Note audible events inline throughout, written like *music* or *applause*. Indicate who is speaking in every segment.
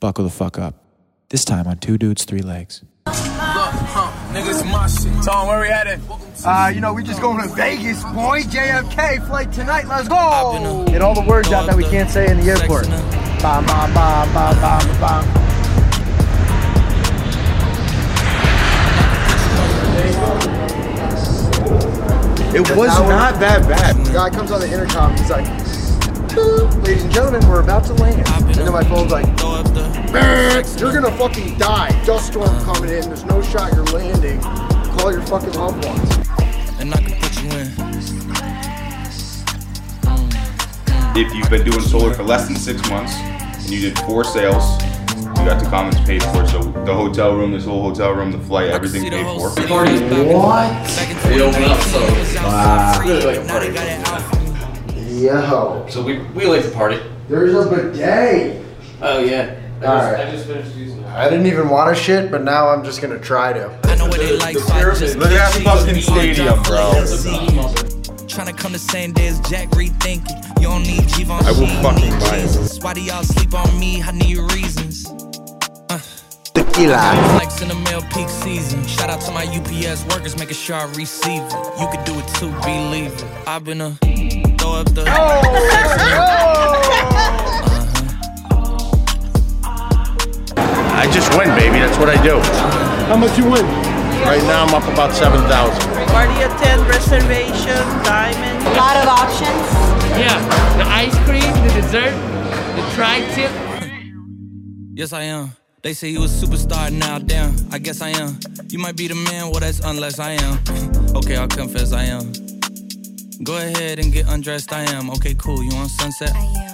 Speaker 1: Buckle the fuck up. This time on Two Dudes, Three Legs.
Speaker 2: Niggas my shit. Tom, where we at it?
Speaker 3: Uh, you know, we just going to Vegas, boy. JFK flight tonight. Let's go. Get all the words out that we can't say in the airport. Ba ba ba ba ba ba, ba.
Speaker 4: It was
Speaker 3: That one-
Speaker 4: not that bad.
Speaker 3: Guy comes on the intercom. He's like, "Boop. "Ladies and gentlemen, we're about to land." And then my phone's like, "Beep. "You're gonna fucking die. Dust storm coming in. There's no shot you're landing. Call your fucking loved ones."
Speaker 2: And I can put you in.
Speaker 5: If you've been doing solar for less than six months and you did four sales, you got the comments paid for. So the hotel room, this whole hotel room, the flight, everything's paid for.
Speaker 2: What? They open up so. Wow.
Speaker 3: Yo,
Speaker 6: So we, we like to party.
Speaker 3: there's a bidet.
Speaker 6: Oh yeah.
Speaker 3: All right. I, didn't even want to shit, but now I'm just gonna try to.
Speaker 2: I know what they like. so I just
Speaker 5: Look at that
Speaker 2: keep
Speaker 5: fucking
Speaker 2: it.
Speaker 5: stadium, bro.
Speaker 2: Tryna come the same day as Jack rethinking. You don't need Givenchy.
Speaker 5: I will
Speaker 2: you
Speaker 5: fucking
Speaker 2: need
Speaker 5: buy it.
Speaker 2: Jesus. Why do y'all sleep on me? I need reasons.
Speaker 4: Tequila.
Speaker 2: Flex in the mail peak season. Shout out to my UPS workers, making sure I receive it. You can do it too, believe it. I've been a throw up the.
Speaker 4: I just win, baby. That's what I do. How much you win? Right now, I'm up about seven thousand.
Speaker 7: Party at 10, reservation, diamond.
Speaker 8: A lot of options.
Speaker 9: Yeah, the ice cream, the dessert, the tri-tip.
Speaker 2: Yes, I am. They say you a superstar now, damn. I guess I am. You might be the man, well, that's unless I am. *laughs* okay, I'll confess I am. Go ahead and get undressed, I am. Okay, cool, you on sunset?
Speaker 8: I am.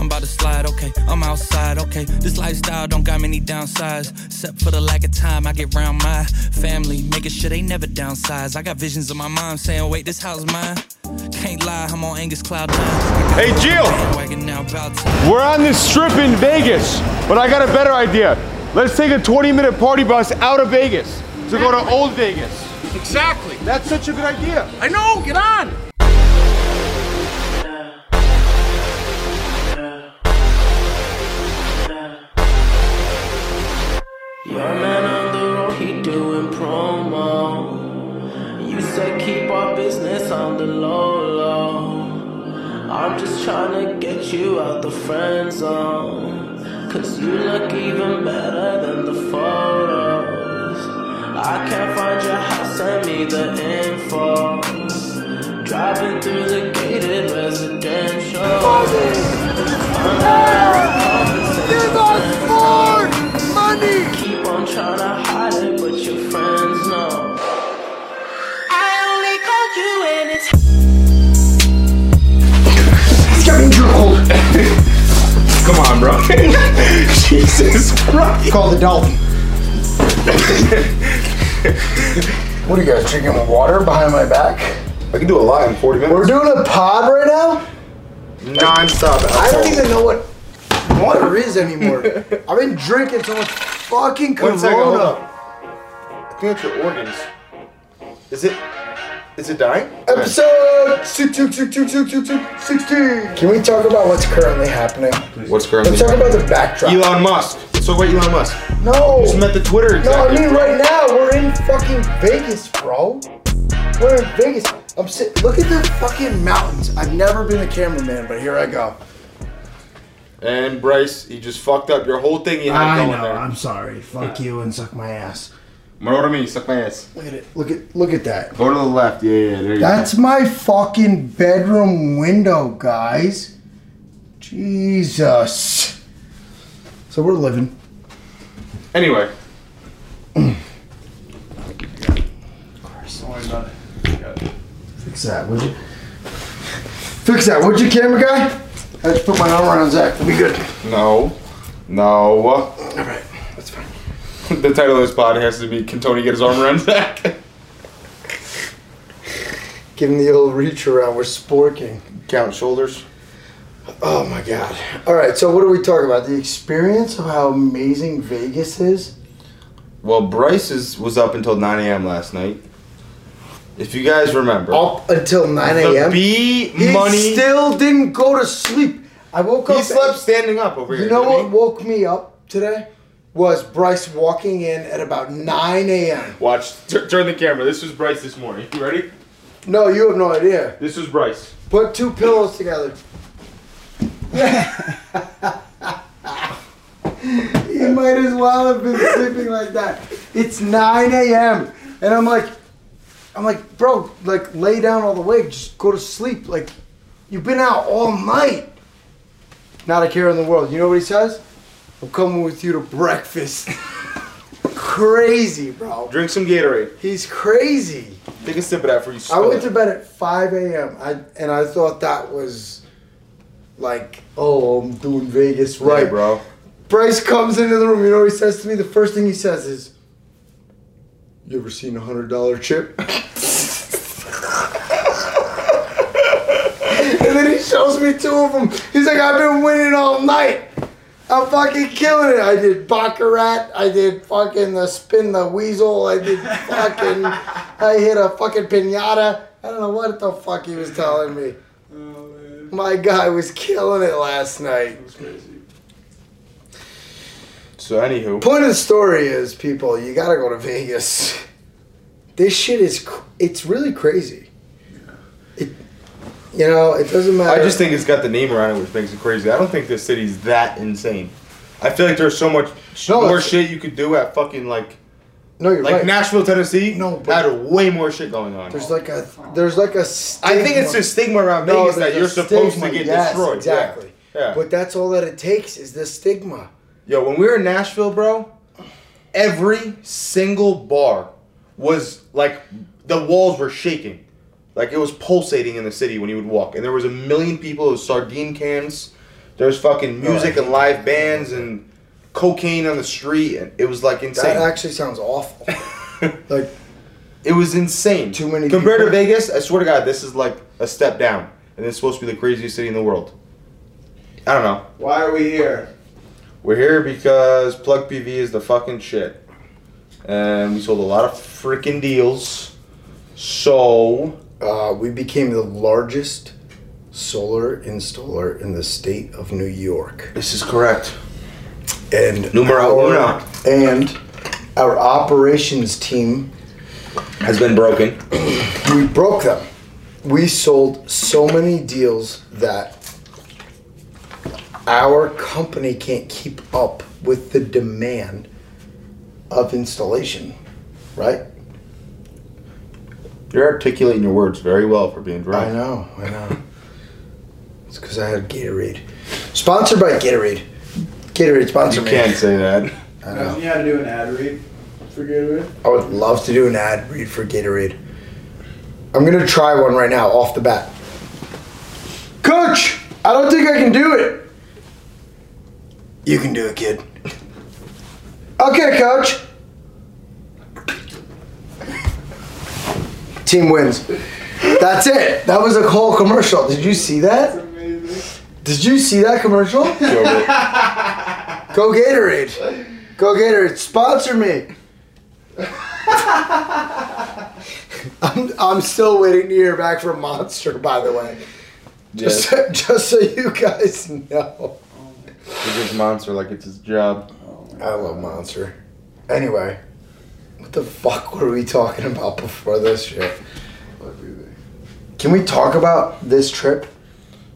Speaker 2: I'm about to slide, okay. I'm outside, okay. This lifestyle don't got many downsides. Except for the lack of time, I get round my family, making sure they never downsize. I got visions of my mom saying, wait, this house mine. Can't lie, I'm on Angus Cloud Nine.
Speaker 4: Hey, Jill,
Speaker 2: Wagon now about time.
Speaker 4: we're on this strip in Vegas, but I got a better idea. Let's take a 20-minute party bus out of Vegas to go to Old Vegas.
Speaker 6: Exactly.
Speaker 4: That's such a good idea.
Speaker 6: I know. Get on.
Speaker 9: Your man on the road, he doing promo. You said keep our business on the low low. I'm just tryna get you out the friend zone. Cause you look even better than the photos. I can't find your house, send me the info. Driving through the gated residential.
Speaker 3: Give us more money.
Speaker 9: Keep on trying to hide it, but your friends know.
Speaker 8: I only called you when it's
Speaker 3: It's getting cold.
Speaker 5: *laughs* Come on, bro. *laughs* Jesus Christ.
Speaker 3: Call the dolphin. what are you guys drinking? Water behind my back?
Speaker 5: I can do a lot in 40 minutes.
Speaker 3: We're doing a pod right now.
Speaker 4: Non-stop.
Speaker 3: I don't even know what water is anymore.
Speaker 4: *laughs*
Speaker 3: I've been drinking so much fucking Corona.
Speaker 4: One second, hold on. I think it's your organs. Is it? Is it dying?
Speaker 3: Episode six- two- two- two- two- two- two- 16. Can we talk about what's currently happening?
Speaker 4: What's currently?
Speaker 3: Let's talk about the backdrop.
Speaker 4: Elon Musk. So what, Elon Musk?
Speaker 3: no.
Speaker 4: Just met the Twitter
Speaker 3: No, I
Speaker 4: executive.
Speaker 3: mean
Speaker 4: bro.
Speaker 3: right now we're in fucking Vegas, bro. We're in Vegas. I'm sit. Look at the fucking mountains. I've never been a cameraman, but here I go.
Speaker 4: And Bryce, you just fucked up your whole thing. You had going there.
Speaker 3: sorry. Fuck you and suck my ass.
Speaker 5: Murder me, suck my ass.
Speaker 3: Look at it. Look at look at that.
Speaker 5: Go to the left. Yeah, yeah, there you
Speaker 3: That's my fucking bedroom window, guys. Jesus. So we're living.
Speaker 5: go. Anyway.
Speaker 3: Fix that, would you? Fix that, would you, camera guy? I just put my arm around Zach. We'll be good.
Speaker 5: No. No.
Speaker 3: All right. That's fine.
Speaker 5: *laughs* The title of this pod has to be Can Tony Get His Arm
Speaker 3: *laughs*
Speaker 5: Around Zach?
Speaker 3: Give him the old reach around. We're sporking.
Speaker 4: Count shoulders.
Speaker 3: Oh my god. All right, so what are we talking about? The experience of how amazing Vegas is?
Speaker 5: Well, Bryce is, was up until 9 a.m. last night. If you guys remember,
Speaker 3: Up until 9
Speaker 5: the
Speaker 3: a.m.
Speaker 5: B
Speaker 3: He
Speaker 5: money.
Speaker 3: still didn't go to sleep. I woke
Speaker 5: He
Speaker 3: up.
Speaker 5: slept standing up over here.
Speaker 3: You know what
Speaker 5: didn't he?
Speaker 3: woke me up today? Was Bryce walking in at about 9 a.m.
Speaker 5: Watch. Tur- turn the camera. This was Bryce this morning. You ready?
Speaker 3: No, you have no idea.
Speaker 5: This was Bryce.
Speaker 3: Put two pillows together. *laughs* you might as well have been sleeping like that. It's 9 a.m. And I'm like, I'm like, bro, like lay down all the way, just go to sleep. Like, you've been out all night. Not a care in the world. You know what he says? I'm coming with you to breakfast. *laughs* Crazy, bro.
Speaker 5: Drink some Gatorade.
Speaker 3: He's crazy.
Speaker 5: Take a sip of that for you.
Speaker 3: I
Speaker 5: spill
Speaker 3: went
Speaker 5: it.
Speaker 3: to bed at 5 a.m. I and I thought that was like, oh, I'm doing Vegas
Speaker 5: Yeah,
Speaker 3: right,
Speaker 5: bro.
Speaker 3: Bryce comes into the room. You know what he says to me? The first thing he says is, "You ever seen a hundred dollar chip?" *laughs* and then he shows me two of them. He's like, "I've been winning all night. I'm fucking killing it. I did baccarat. I did fucking the spin the weasel. I did fucking. I hit a fucking pinata. I don't know what the fuck he was telling me." My guy was killing it last night.
Speaker 5: So anywho,
Speaker 3: Point of the story is, people, you gotta go to Vegas. This shit is, cr- it's really crazy. It, you know, it doesn't matter.
Speaker 5: I just think it's got the name around it, which makes it crazy. I don't think this city's that insane. I feel like there's so much sh-
Speaker 3: No,
Speaker 5: more
Speaker 3: it's-
Speaker 5: shit you could do at fucking like
Speaker 3: no, you're
Speaker 5: like
Speaker 3: right.
Speaker 5: Nashville, Tennessee.
Speaker 3: No, but-
Speaker 5: had way more shit going on.
Speaker 3: there's like a, there's like a.
Speaker 5: I think it's
Speaker 3: stigma-
Speaker 5: just stigma around
Speaker 3: No,
Speaker 5: Vegas
Speaker 3: there's
Speaker 5: that
Speaker 3: a
Speaker 5: you're supposed to
Speaker 3: stigma.
Speaker 5: get
Speaker 3: Yes,
Speaker 5: destroyed. Yeah.
Speaker 3: Exactly.
Speaker 5: Yeah.
Speaker 3: But that's all that it takes is the stigma.
Speaker 5: Yo, when we were in Nashville, bro, every single bar was like the walls were shaking. Like it was pulsating in the city when you would walk. And there was a million people, there was sardine cans, there's fucking
Speaker 3: Oh,
Speaker 5: music and live bands and cocaine on the street and it was like
Speaker 3: That
Speaker 5: insane.
Speaker 3: actually sounds awful.
Speaker 5: *laughs*
Speaker 3: like,
Speaker 5: it was insane.
Speaker 3: Too many
Speaker 5: Compared to
Speaker 3: people.
Speaker 5: Vegas, I swear to god, this is like a step down. And it's supposed to be the craziest city in the world. I don't know.
Speaker 10: Why are we here?
Speaker 5: We're here because Plug PV is the fucking shit. And we sold a lot of freaking deals. So,
Speaker 3: uh, we became the largest solar installer in the state of New York.
Speaker 5: this is correct.
Speaker 3: and
Speaker 5: Numero
Speaker 3: our,
Speaker 5: uno.
Speaker 3: and our operations team
Speaker 5: Has been broken.
Speaker 3: we broke them we sold so many deals that our company can't keep up with the demand of installation right
Speaker 5: You're articulating your words very well for being dry.
Speaker 3: i know i know it's because i had gatorade sponsored by gatorade gatorade
Speaker 5: You
Speaker 3: sponsored
Speaker 5: can't
Speaker 3: *laughs*
Speaker 5: say that.
Speaker 3: i
Speaker 10: Imagine
Speaker 3: know
Speaker 10: you had to do an ad read for Gatorade.
Speaker 3: I would love to do an ad read for Gatorade. I'm gonna try one right now off the bat. Coach, I don't think I can do it. You can do it, kid. Okay, coach. Team wins. That's it. That was a whole commercial. Did you see that?
Speaker 10: Amazing.
Speaker 3: Did you see that commercial?
Speaker 5: Joe,
Speaker 3: Go Gatorade. Go Gatorade. Sponsor me. I'm, I'm still waiting to hear back from Monster, by the way. Just,
Speaker 5: Yes.
Speaker 3: just so you guys know.
Speaker 5: He's just monster like it's his job.
Speaker 3: I love Monster. Anyway, what the fuck were we talking about before this shit? Can we talk about this trip?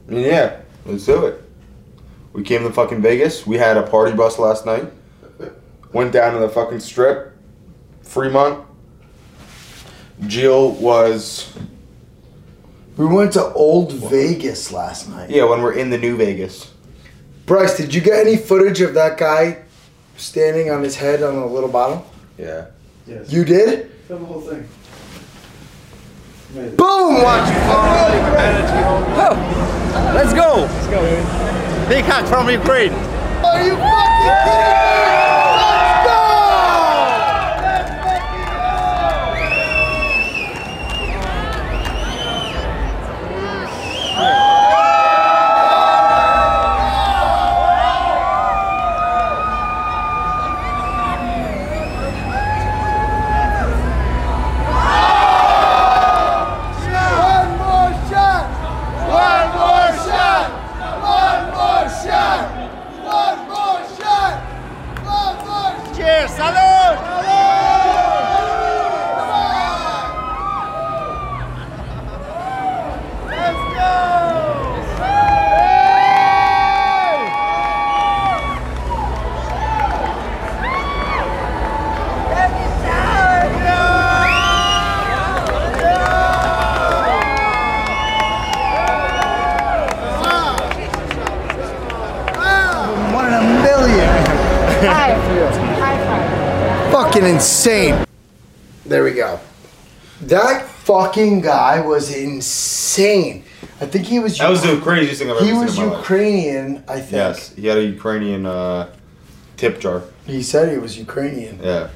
Speaker 5: Yeah, let's do it. We came to fucking Vegas. We had a party bus last night. Went down to the fucking strip, Fremont. Jill was
Speaker 3: We went to Old Vegas last night.
Speaker 5: yeah when we're in the new Vegas.
Speaker 3: Bryce, did you get any footage of that guy standing on his head on a little bottle?
Speaker 5: Yeah.
Speaker 10: Yes.
Speaker 3: You did?
Speaker 10: Film the whole thing. Amazing.
Speaker 3: Boom! Watch
Speaker 4: Let's go. Let's go, baby. Big hack from Ukraine.
Speaker 3: Are you fucking kidding me? Let's go! One more shot! One more shot! One more
Speaker 11: One in a million.
Speaker 3: Fucking insane. There we go. That fucking guy was insane. I think he was.
Speaker 5: That was the craziest thing I've ever
Speaker 3: He
Speaker 5: seen
Speaker 3: was
Speaker 5: in my life.
Speaker 3: Ukrainian. I think
Speaker 5: Yes, he had a Ukrainian uh, tip jar.
Speaker 3: he said he was Ukrainian.
Speaker 5: Yeah.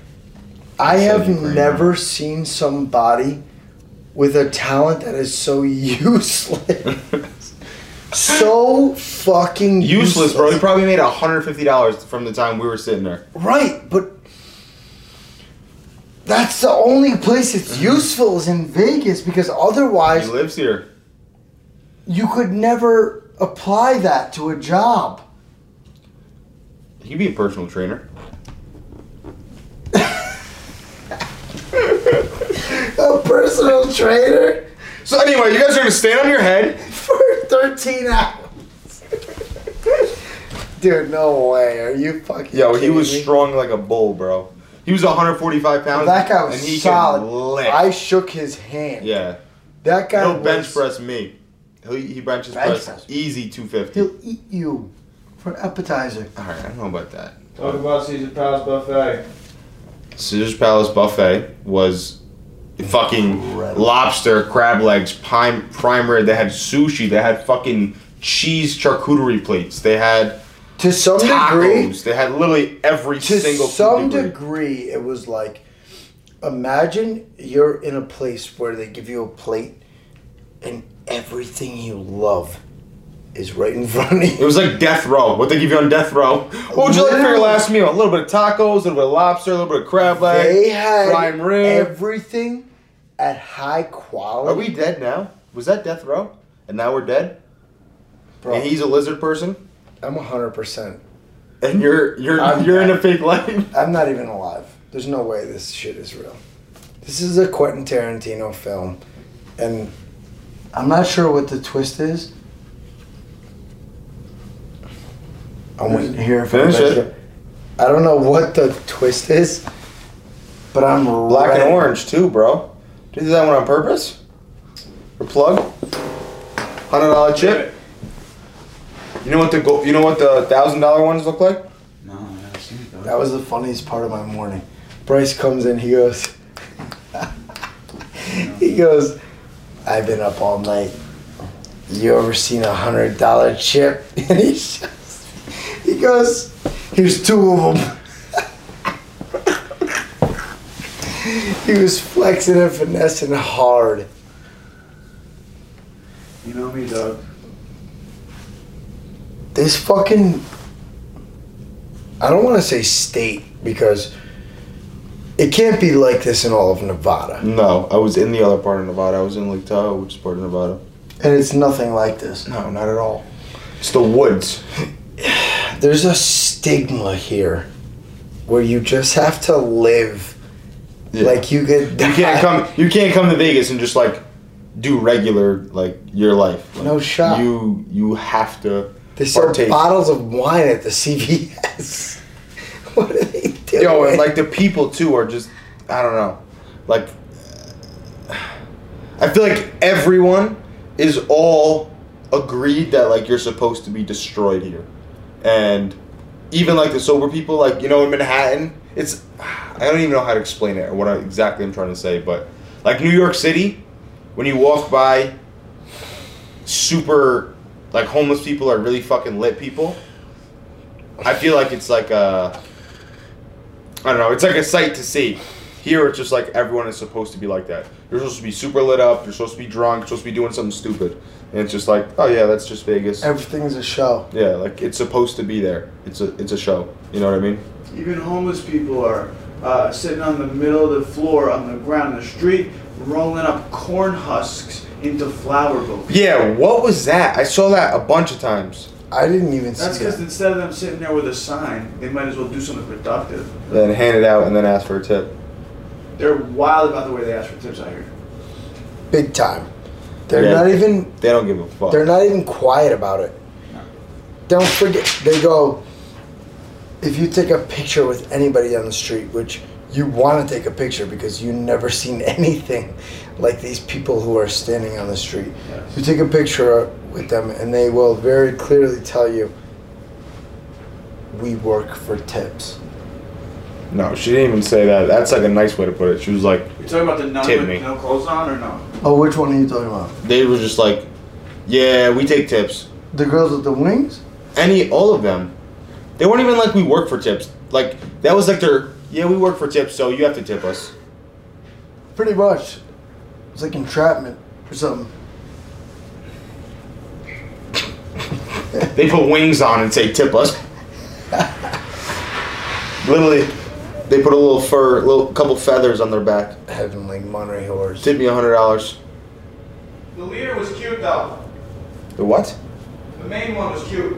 Speaker 3: I have never seen somebody with a talent that is so *laughs* useless. so fucking
Speaker 5: Useless, bro. He probably made $150 from the time we were sitting there.
Speaker 3: Right, but that's the only place
Speaker 5: *laughs*
Speaker 3: it's useful is in Vegas because otherwise
Speaker 5: He lives here.
Speaker 3: you could never apply that to a job.
Speaker 5: He could be a personal trainer.
Speaker 3: A personal trainer
Speaker 5: So, anyway, you guys are going to stand on your head.
Speaker 3: for 13 hours. *laughs* Dude, no way. Are you fucking
Speaker 5: Yo, he
Speaker 3: kidding
Speaker 5: was
Speaker 3: me?
Speaker 5: strong like a bull, bro. He was 145 pounds.
Speaker 3: That guy was
Speaker 5: and he could
Speaker 3: solid.
Speaker 5: lick.
Speaker 3: I shook his hand.
Speaker 5: yeah.
Speaker 3: That guy
Speaker 5: He'll
Speaker 3: was,
Speaker 5: bench press me. He'll, he benches
Speaker 3: Bench
Speaker 5: press,
Speaker 3: press.
Speaker 5: easy 250.
Speaker 3: He'll eat you for an appetizer.
Speaker 5: All right, I don't know about that.
Speaker 9: Talk about Caesar Palace Buffet.
Speaker 5: Caesar's Palace buffet was fucking
Speaker 3: Incredible.
Speaker 5: lobster, crab legs, prime prime rib. They had sushi. They had fucking cheese charcuterie plates. They had
Speaker 3: To some degree,
Speaker 5: tacos. They had literally every
Speaker 3: to
Speaker 5: single food
Speaker 3: some
Speaker 5: they
Speaker 3: degree.
Speaker 5: could-
Speaker 3: it was like imagine you're in a place where they give you a plate and everything you love is right in *laughs* front of
Speaker 5: It
Speaker 3: you
Speaker 5: was like death row. What they give you on death row? What would you like for your
Speaker 3: Literally.
Speaker 5: last meal? A little bit of tacos, a little bit of lobster, a little bit of crab leg,
Speaker 3: they had
Speaker 5: prime rib.
Speaker 3: everything at high quality
Speaker 5: Are we dead now? Was that death row? And now we're dead.
Speaker 3: Bro,
Speaker 5: And he's a lizard person.
Speaker 3: i'm 100%
Speaker 5: And you're you're
Speaker 3: I'm
Speaker 5: you're in
Speaker 3: dead.
Speaker 5: a fake life.
Speaker 3: i'm not even alive there's no way this shit is real this is a quentin tarantino film and i'm not sure what the twist is i'm waiting here for
Speaker 5: Finish
Speaker 3: anybody to-
Speaker 5: it.
Speaker 3: I don't know what the twist is, but I'm
Speaker 5: *laughs* Black
Speaker 3: ready.
Speaker 5: and orange too, bro. Did you do that one on purpose? Or plug? Hundred dollar chip. You know what the go- you know what the thousand dollar ones look like?
Speaker 12: No, I've never seen it,
Speaker 3: That was the funniest part of my morning. Bryce comes in, he goes, *laughs* he goes, I've been up all night. You ever seen a hundred dollar chip? *laughs* And he just, he goes, here's two of them. *laughs* he was flexing and finessing hard.
Speaker 9: You know me, dog.
Speaker 3: this fucking I don't want to say state because it can't be like this in all of Nevada.
Speaker 5: No, I was in the other part of Nevada. I was in Lake Tahoe, which is part of Nevada.
Speaker 3: And it's nothing like this.
Speaker 5: No, not at all. It's the woods.
Speaker 3: There's a stigma here where you just have to live
Speaker 5: Yeah.
Speaker 3: like you could
Speaker 5: you can't come. You can't come to Vegas and just like do regular like your life. Like,
Speaker 3: No shot.
Speaker 5: You you have to.
Speaker 3: They sell
Speaker 5: partake.
Speaker 3: bottles of wine at the CVS. *laughs* what are they doing?
Speaker 5: Yo, and like the people too are just I don't know. Like I feel like everyone is all agreed that like you're supposed to be destroyed here. And even like the sober people, like you know in Manhattan, it's I don't even know how to explain it or what I, exactly I'm trying to say, but like New York City, when you walk by super like homeless people are really fucking lit people. I feel like it's like a I don't know. It's like a sight to see. Here, it's just like everyone is supposed to be like that. You're supposed to be super lit up. You're supposed to be drunk. You're supposed to be doing something stupid. And it's just like, oh yeah, that's just Vegas.
Speaker 3: everything's a show.
Speaker 5: Yeah, like it's supposed to be there. It's a it's a show. You know what I mean?
Speaker 9: Even homeless people are uh, sitting on the middle of the floor on the ground in the street, rolling up corn husks into flour bouquets.
Speaker 5: Yeah. What was that? I saw that a bunch of times.
Speaker 3: I didn't even
Speaker 9: That's
Speaker 3: see
Speaker 9: because
Speaker 3: that.
Speaker 9: instead of them sitting there with a sign, they might as well do something productive.
Speaker 5: Then hand it out and then ask for a tip.
Speaker 9: They're wild about the way they ask for tips out here.
Speaker 3: Big time. They're
Speaker 5: Yeah.
Speaker 3: not even
Speaker 5: They don't give a fuck.
Speaker 3: They're not even quiet about it. Don't forget, they go, if you take a picture with anybody on the street, which you want to take a picture because you've never seen *laughs* anything like these people who are standing on the street. You take a picture with them, and they will very clearly tell you, we work for tips.
Speaker 5: No, she didn't even say that. That's like a nice way to put it. She was like,
Speaker 9: You talking about the nun
Speaker 5: Tip
Speaker 9: with
Speaker 5: me.
Speaker 9: no clothes on or no?
Speaker 3: Oh, which one are you talking about?
Speaker 5: they were just like, yeah, we take tips.
Speaker 3: The girls with the wings?
Speaker 5: Any, all of them. They weren't even like, we work for tips. Like, that was like their, yeah, we work for tips, so you have to tip us.
Speaker 3: Pretty much. It's like entrapment or something.
Speaker 5: They put wings on and say, tip *laughs* us. Literally, they put a little fur, a little couple feathers on their back.
Speaker 3: Heavenly Monterey horse.
Speaker 5: Tip me a hundred dollars.
Speaker 9: The leader was cute though.
Speaker 5: The what?
Speaker 9: The main one was cute.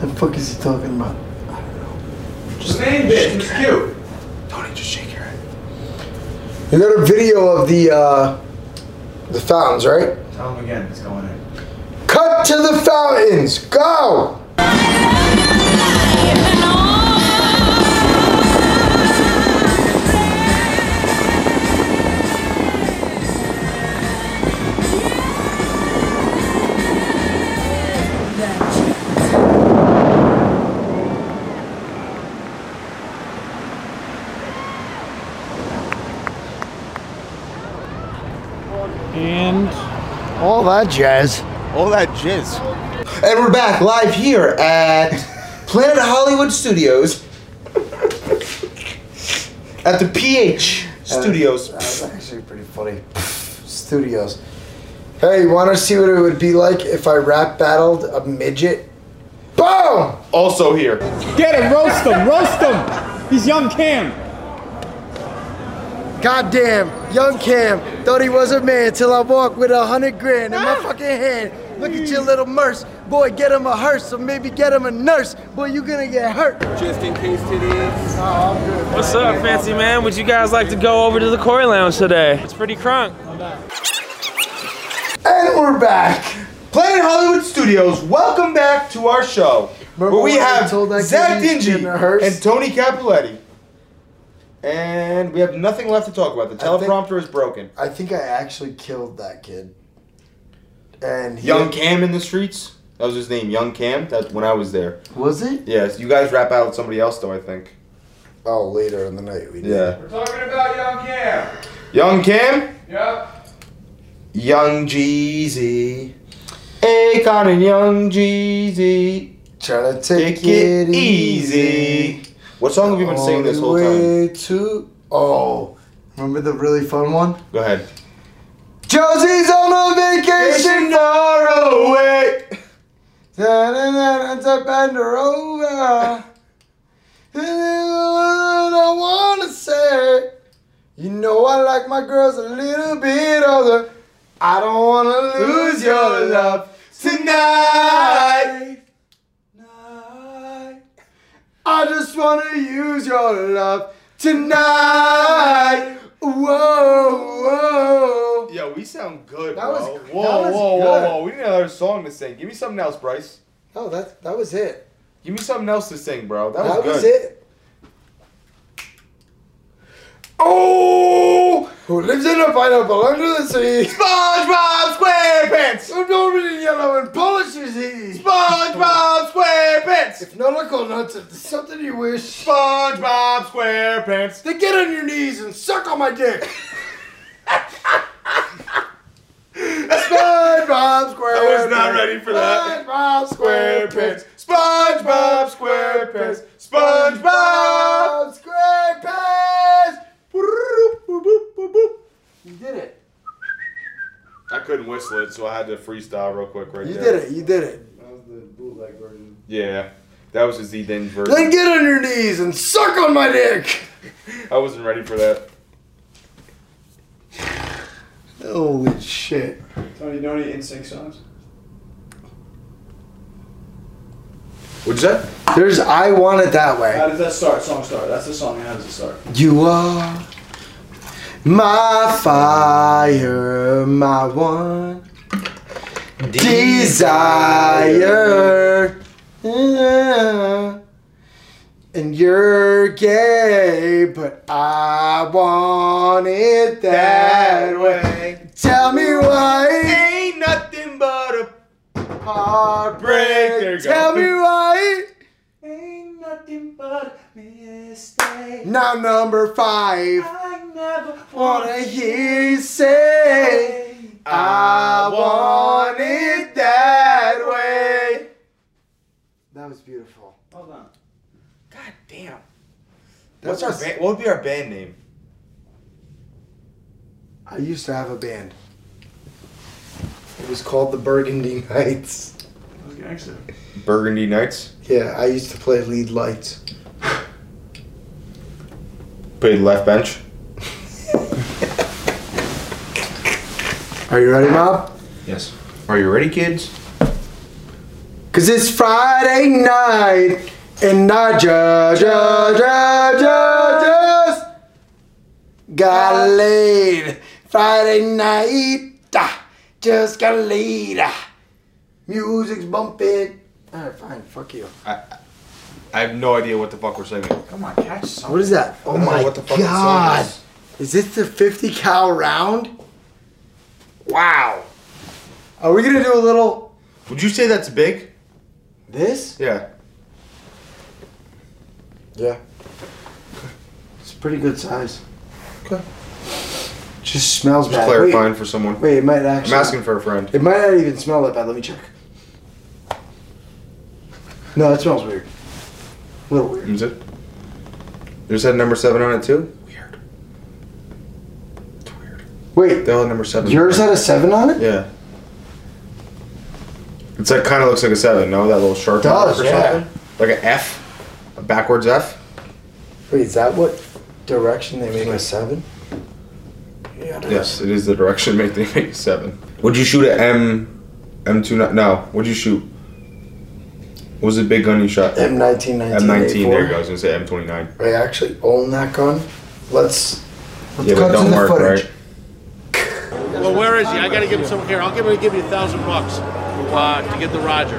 Speaker 3: The fuck is he talking about?
Speaker 9: The main bitch was cute.
Speaker 5: Tony, just shake your head.
Speaker 3: You got a video of the uh, the fountains, right?
Speaker 9: Tell him again, it's going in.
Speaker 3: Cut to the fountains. Go.
Speaker 13: And
Speaker 3: all that jazz.
Speaker 5: All that jizz. And we're back live here at Planet Hollywood Studios. at the PH Studios.
Speaker 3: That's actually pretty funny. Studios. Hey, you want to see what it would be like if I rap battled a midget? Boom!
Speaker 5: Also here.
Speaker 13: Get him, roast him, roast him. He's young Cam.
Speaker 3: Goddamn, young Cam thought he was a man till I walked with a hundred grand in
Speaker 13: Ah!
Speaker 3: my fucking hand. Look at your little merce. Boy, get him a hearse or maybe get him a nurse. Boy, you gonna get hurt.
Speaker 14: Just in case titties.
Speaker 15: What's up, fancy man? Would you guys like to go over to the Koi Lounge today? It's pretty crunk.
Speaker 5: And we're back. Planet Hollywood Studios, welcome back to our show.
Speaker 3: Remember
Speaker 5: where we
Speaker 3: when I
Speaker 5: have
Speaker 3: told that
Speaker 5: Zach
Speaker 3: kid he's
Speaker 5: Dingy
Speaker 3: getting a hearse?
Speaker 5: and Tony Capuletti. And we have nothing left to talk about. The
Speaker 3: I think-
Speaker 5: teleprompter is broken.
Speaker 3: I think I actually killed that kid. And he-
Speaker 5: Young Cam in the streets. That was his name, Young Cam. That's when I was there.
Speaker 3: Was it?
Speaker 5: Yes, you guys rap out with somebody else though, I think.
Speaker 3: Oh, later in the night we did.
Speaker 5: Yeah.
Speaker 9: We're talking about Young Cam.
Speaker 5: Young Cam,
Speaker 9: Yep.
Speaker 5: Young Jeezy. Akon and Young Jeezy.
Speaker 3: Tryna take,
Speaker 5: it
Speaker 3: it
Speaker 5: easy. What song have you been singing this whole time?
Speaker 3: Only way to oh, remember the really fun one?
Speaker 5: Go ahead.
Speaker 3: Josie's on a vacation far
Speaker 5: *laughs*
Speaker 3: away. Da da da da da bend her *laughs* over. I don't wanna say. You know I like my girls a little bit older. I don't wanna lose your love tonight. I just wanna use your love tonight. Whoa, whoa.
Speaker 5: Yo, we sound good,
Speaker 3: That was-
Speaker 5: whoa,
Speaker 3: that was
Speaker 5: whoa,
Speaker 3: good.
Speaker 5: whoa, whoa. We need another song to sing. Give me something else, Bryce.
Speaker 3: No, Oh, that that was it.
Speaker 5: Give me something else to sing, bro. That
Speaker 3: That,
Speaker 5: was good.
Speaker 3: was it. Oh, who lives in a pineapple under the sea?
Speaker 5: SpongeBob SquarePants.
Speaker 3: Who dormant in yellow and polishes he?
Speaker 5: SpongeBob SquarePants.
Speaker 3: If not a cold nuts, if there's something you wish,
Speaker 5: SpongeBob SquarePants.
Speaker 3: then get on your knees and suck on my *laughs* dick. SpongeBob SquarePants.
Speaker 5: I was not ready for that.
Speaker 3: SpongeBob SquarePants.
Speaker 5: SpongeBob SquarePants. SpongeBob.
Speaker 3: SquarePants. You did it.
Speaker 5: I couldn't whistle it, so I had to freestyle real quick right
Speaker 3: You
Speaker 5: there.
Speaker 3: did it. You did it.
Speaker 9: That was the bootleg version.
Speaker 5: Yeah, that was his Z Dinge version.
Speaker 3: Then get on your knees and suck on my dick.
Speaker 5: I wasn't ready for that.
Speaker 3: Holy shit.
Speaker 5: Oh,
Speaker 9: Tony, you know any NSYNC songs?
Speaker 5: What'd you say?
Speaker 3: There's I Want It That Way.
Speaker 16: How does that start? Song start. That's the song. How does it start?
Speaker 3: You are my fire, my one desire. Yeah. And you're gay, but I want it that way. Tell me why.
Speaker 5: Ain't nothing but a
Speaker 3: Heartbreak.
Speaker 5: There you go.
Speaker 3: Tell me why.
Speaker 17: Ain't nothing but a mistake.
Speaker 3: Now, number five.
Speaker 17: I never
Speaker 3: Wanna hear you say, I want it that way. That was beautiful.
Speaker 16: Hold on.
Speaker 5: God damn.
Speaker 3: That
Speaker 5: What's our
Speaker 3: was-
Speaker 5: band? What would be our band name?
Speaker 3: I used to have a band. It was called the Burgundy Knights.
Speaker 16: I was gonna ask you.
Speaker 5: Burgundy Nights.
Speaker 3: Yeah, I used to play lead lights.
Speaker 5: Played left bench.
Speaker 3: Are you ready, Bob?
Speaker 5: Yes. Are you ready, kids?
Speaker 3: Cause it's Friday night and I just, just, just, just, just got laid. Friday night, ah, just got laid. ah. Music's bumping. Alright, fine, fuck you.
Speaker 5: I have no idea what the fuck we're singing. Come on, catch something.
Speaker 3: What is that? Oh my god. Is this the 50 cow round? Wow. Are we gonna do a little
Speaker 5: Would you say that's big?
Speaker 3: this?
Speaker 5: Yeah.
Speaker 3: Yeah. It's a pretty good size.
Speaker 5: Okay.
Speaker 3: Just smells
Speaker 5: Just
Speaker 3: bad.
Speaker 5: clarifying
Speaker 3: Wait,
Speaker 5: for someone.
Speaker 3: wait, it might
Speaker 5: I'm
Speaker 3: actually.
Speaker 5: asking for a friend.
Speaker 3: It might not even smell that bad. Let me check. No, it smells weird. A little weird.
Speaker 5: Is it? There's that number seven on it too.
Speaker 3: Wait,
Speaker 5: They all had number seven.
Speaker 3: yours had a seven on it?
Speaker 5: Yeah. It's like kind of looks like a seven. No, that little sharp
Speaker 3: It does,
Speaker 5: mark or
Speaker 3: yeah.
Speaker 5: something. Like an F, a backwards F.
Speaker 3: Wait, is that what direction they made a seven? Yeah. it is.
Speaker 5: Yes, it is the direction *laughs* make they make seven. Would you shoot at M, M two? No. Would you shoot? What was the big gun you *laughs* shot?
Speaker 3: M nineteen
Speaker 5: M
Speaker 3: nineteen.
Speaker 5: nineteen. There you go. I was gonna say M twenty nine.
Speaker 3: I actually own that gun. Let's. let's
Speaker 5: Yeah,
Speaker 3: cut
Speaker 5: but
Speaker 3: to
Speaker 5: don't
Speaker 3: the
Speaker 5: work,
Speaker 3: footage.
Speaker 5: right?
Speaker 18: Well, where is he? I gotta give him some here. I'll give him give you a thousand bucks uh, to get the Roger.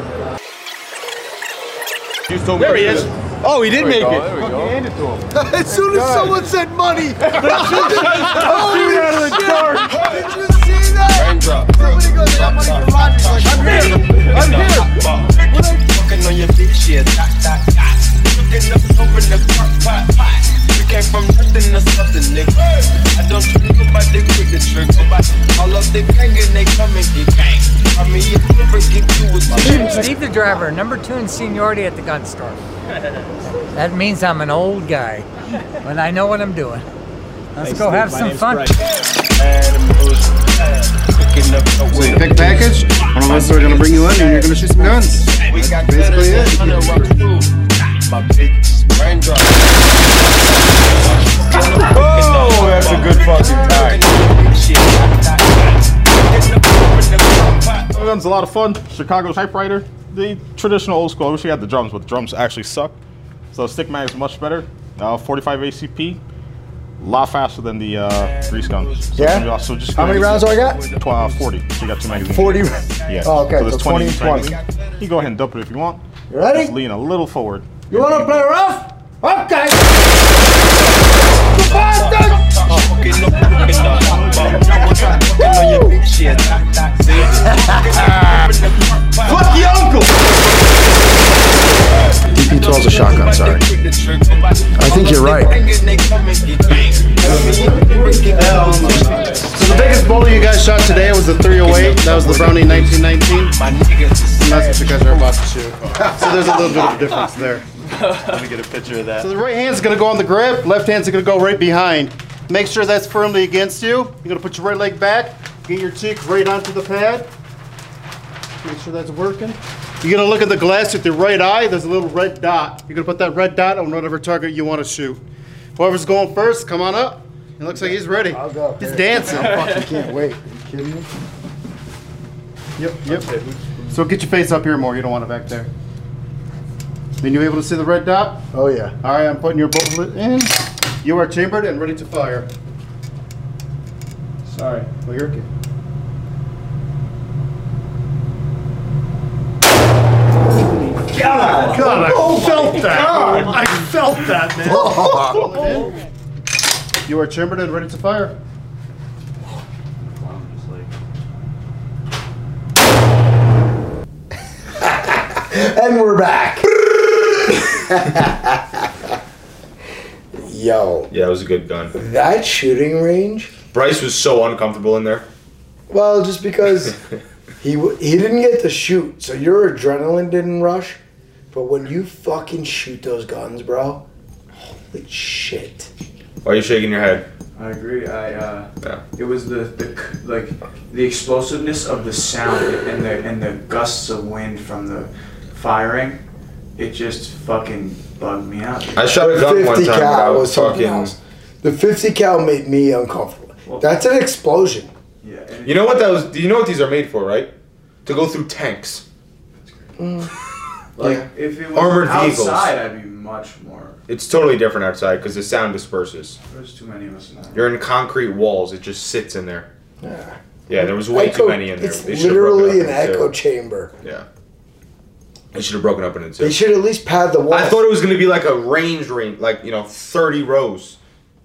Speaker 18: There he is.
Speaker 9: Oh, he did
Speaker 18: There we
Speaker 9: make
Speaker 18: go,
Speaker 9: it.
Speaker 18: there we
Speaker 9: Fucking
Speaker 18: go.
Speaker 9: hand it to
Speaker 3: *laughs*
Speaker 9: him.
Speaker 3: as soon as someone
Speaker 19: *laughs*
Speaker 3: said money,
Speaker 9: Shoot out of the dark.
Speaker 3: Did you see that? Somebody goes, that money for Rogers. Like, I'm
Speaker 19: here. I'm here. When I'm fucking on your bitch, yeah, dot, dot, dot. Looking up over the crock pot, pot. We came from nothing to something, nigga. I don't trip about the quick to trick. About all of the gang and they come and get gang. I mean, you never get you with
Speaker 2: Steve, Steve the driver, number two in seniority at the gun store. That means I'm an old guy, but I know what I'm doing. Let's go have some fun.
Speaker 4: So you pick package, one of us are gonna bring you in and you're gonna shoot some guns. That's basically it.
Speaker 9: Oh, that's a good fucking time. That was a lot of fun. Chicago typewriter, the traditional old school. I wish we had the drums, but the drums actually suck. So stick mag is much better. Uh, 45 ACP, a lot faster than the uh, grease gun. So
Speaker 3: Yeah?
Speaker 9: you also just
Speaker 3: How many rounds do I got?
Speaker 9: Tw- uh, 40. So you got two magazines.
Speaker 3: 40?
Speaker 9: Yeah.
Speaker 3: Oh, okay,
Speaker 9: So, there's
Speaker 3: so 20
Speaker 9: each
Speaker 3: and 20.
Speaker 9: magazine. You can go ahead and dump it if you want.
Speaker 3: You ready?
Speaker 9: Just lean a little forward.
Speaker 3: You want to play rough? Okay.
Speaker 9: Fuck your uncle!
Speaker 4: DP12 is a shotgun, sorry. I think you're right. So the biggest bullet you guys shot today was the 308. That was the Brownie 1919. And that's what you guys are about to shoot. *laughs* So there's a little bit of a difference there.
Speaker 20: Let me get a picture of that.
Speaker 4: So the right hand's gonna go on the grip, left hand's gonna go right behind. Make sure that's firmly against you. You're gonna put your right leg back, get your cheek right onto the pad. Make sure that's working. You're gonna look at the glass with your right eye, there's a little red dot. You're gonna put that red dot on whatever target you wanna shoot. Whoever's going first, come on up. It looks like he's ready. I'll go. He's *laughs* dancing.
Speaker 3: I fucking can't wait. Are you kidding me?
Speaker 4: Yep, yep. So get your face up here more. You don't want it back there. And you able to see the red dot? Oh, yeah. All right, I'm putting your bullet in. You are chambered and ready to fire. Sorry. Well, you're okay.
Speaker 5: God,
Speaker 4: God, I
Speaker 5: oh my
Speaker 4: felt that.
Speaker 5: God. Oh.
Speaker 4: I felt
Speaker 5: *laughs*
Speaker 4: that, man.
Speaker 5: Fuck.
Speaker 4: You are chambered and ready to fire.
Speaker 3: And we're
Speaker 4: *laughs*
Speaker 3: back. Yo,
Speaker 5: Yeah, it was a good gun.
Speaker 3: that shooting range.
Speaker 5: Bryce was so uncomfortable in there.
Speaker 3: Well, just because he w- he didn't get to shoot, so your adrenaline didn't rush. But when you fucking shoot those guns, bro, holy shit!
Speaker 5: Why are you shaking your head?
Speaker 9: I agree. I uh,
Speaker 5: Yeah.
Speaker 9: it was the, the c- like the explosiveness of the sound and the and the gusts of wind from the firing. It just fucking bugged me out.
Speaker 5: I shot a gun one time. I was
Speaker 3: something
Speaker 5: fucking.
Speaker 3: else. The fifty cal made me uncomfortable. That's an explosion.
Speaker 5: You know what that was? Do you know what these are made for, right? To go through tanks.
Speaker 9: Like if it was
Speaker 5: Armored
Speaker 9: outside,
Speaker 5: vehicles.
Speaker 9: I'd be much more.
Speaker 5: It's totally different outside because the sound disperses.
Speaker 9: There's too many of us in that.
Speaker 5: You're in concrete walls. It just sits in there.
Speaker 3: Yeah.
Speaker 5: Yeah, there was way
Speaker 3: Echo-
Speaker 5: too many in there.
Speaker 3: It's
Speaker 5: They should've broken
Speaker 3: literally
Speaker 5: up
Speaker 3: an
Speaker 5: into two.
Speaker 3: echo chamber.
Speaker 5: Yeah. They should have broken up into two.
Speaker 3: They should at least pad the wall.
Speaker 5: I thought it was gonna be like a range range, like you know, thirty rows,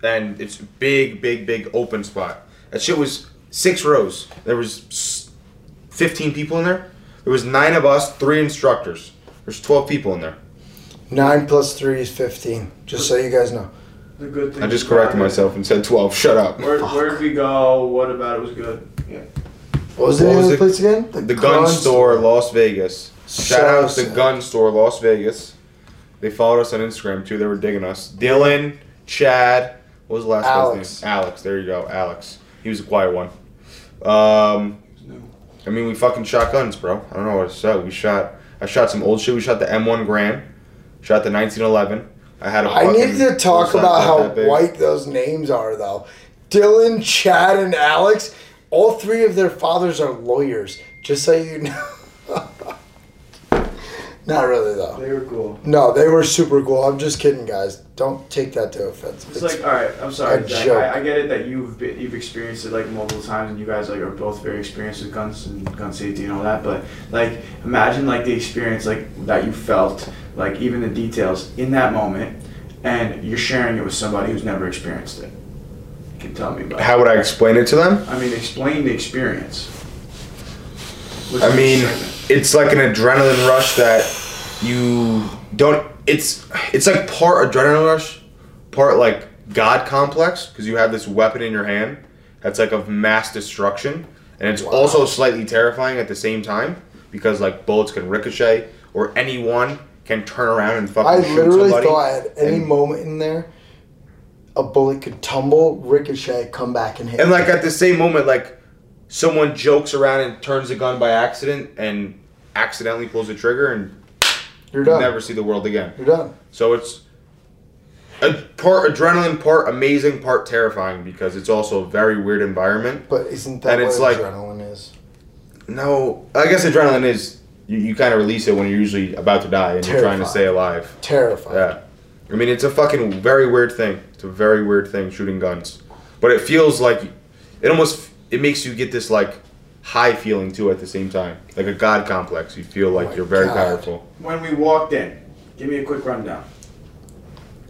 Speaker 5: and it's big, big, big open spot. That shit was six rows. There was s- fifteen people in there. There was nine of us, three instructors. There's twelve people in there.
Speaker 3: nine plus three is fifteen. Just so you guys know.
Speaker 9: The good thing.
Speaker 5: I just
Speaker 9: is
Speaker 5: corrected
Speaker 9: about it.
Speaker 5: myself and said twelve. Shut up. *laughs*
Speaker 9: Where where'd we go? What about it was good? Yeah.
Speaker 3: What was the
Speaker 5: What
Speaker 3: name of
Speaker 5: was
Speaker 3: the
Speaker 5: it?
Speaker 3: place again?
Speaker 5: The gun store, Las Vegas. Shout out to
Speaker 3: Shout
Speaker 5: the gun store, Las Vegas. They followed us on Instagram too. They were digging us. Dylan, Chad, what was the last guy's
Speaker 3: Alex.
Speaker 5: name? Alex. There you go, Alex. He was a quiet one. Um, I mean, we fucking shot guns, bro. I don't know what to say. We shot. I shot some old shit. We shot the M1 Graham. Shot the 1911. I had a.
Speaker 3: I
Speaker 5: fucking
Speaker 3: need to talk
Speaker 5: bullseye
Speaker 3: about
Speaker 5: not
Speaker 3: how
Speaker 5: that big.
Speaker 3: white those names are, though. Dylan, Chad, and Alex. All three of their fathers are lawyers. Just so you know. *laughs* Not really though.
Speaker 9: They were cool.
Speaker 3: No, they were super cool. I'm just kidding, guys. Don't take that to offense.
Speaker 9: It's like, all right, I'm sorry,
Speaker 3: a
Speaker 9: Zach.
Speaker 3: joke.
Speaker 9: I, I get it that you've been, you've experienced it like multiple times, and you guys like are both very experienced with guns and gun safety and all that. But like, imagine like the experience like that you felt, like even the details in that moment, and you're sharing it with somebody who's never experienced it. You can tell me about.
Speaker 5: How would I explain it to them?
Speaker 9: It. I mean, explain the experience. What's
Speaker 5: I
Speaker 9: the
Speaker 5: mean,
Speaker 9: excitement?
Speaker 5: it's like an adrenaline rush that you don't. It's it's like part adrenaline rush, part like God complex because you have this weapon in your hand that's like of mass destruction, and it's also slightly terrifying at the same time because like bullets can ricochet or anyone can turn around and fucking
Speaker 3: I
Speaker 5: shoot
Speaker 3: literally
Speaker 5: somebody.
Speaker 3: thought at any
Speaker 5: and-
Speaker 3: moment in there, a bullet could tumble, ricochet, come back and hit.
Speaker 5: And
Speaker 3: me.
Speaker 5: like at the same moment, like someone jokes around and turns the gun by accident and accidentally pulls the trigger and
Speaker 3: You're done.
Speaker 5: never see the world again.
Speaker 3: You're done.
Speaker 5: So it's a part adrenaline, part amazing, part terrifying because it's also a very weird environment.
Speaker 3: But isn't that
Speaker 5: And
Speaker 3: what
Speaker 5: it's like-
Speaker 3: adrenaline is?
Speaker 5: No, I guess adrenaline is you, you kind of release it when you're usually about to die and you're trying to
Speaker 3: Terrifying.
Speaker 5: stay alive.
Speaker 3: Terrifying.
Speaker 5: Yeah. I mean, it's a fucking very weird thing. It's a very weird thing shooting guns. But it feels like it almost it makes you get this like high feeling too at the same time. Like a god complex. You feel like you're very
Speaker 3: God.
Speaker 5: powerful.
Speaker 9: when we walked in, give me a quick rundown.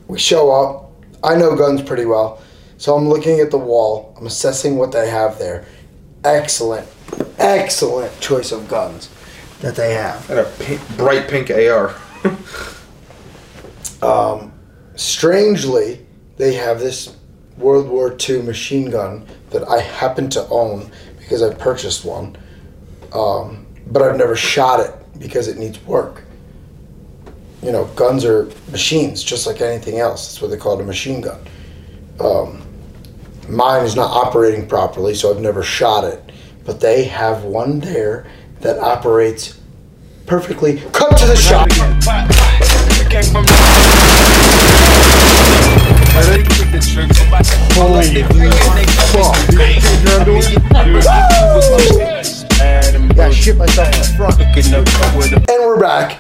Speaker 3: We show up. I know guns pretty well. So I'm looking at the wall. I'm assessing what they have there. Excellent, excellent choice of guns that they have.
Speaker 5: And a pink, bright pink AR.
Speaker 3: Um, strangely, they have this World War II machine gun that I happen to own because I purchased one. Um, but I've never shot it because it needs work. You know, guns are machines just like anything else. That's what they call it a machine gun. Um, mine is not operating properly, so I've never shot it. But they have one there that operates perfectly. Cut to the shot!
Speaker 21: Holy
Speaker 3: Yeah, I shit myself in the front. And we're back.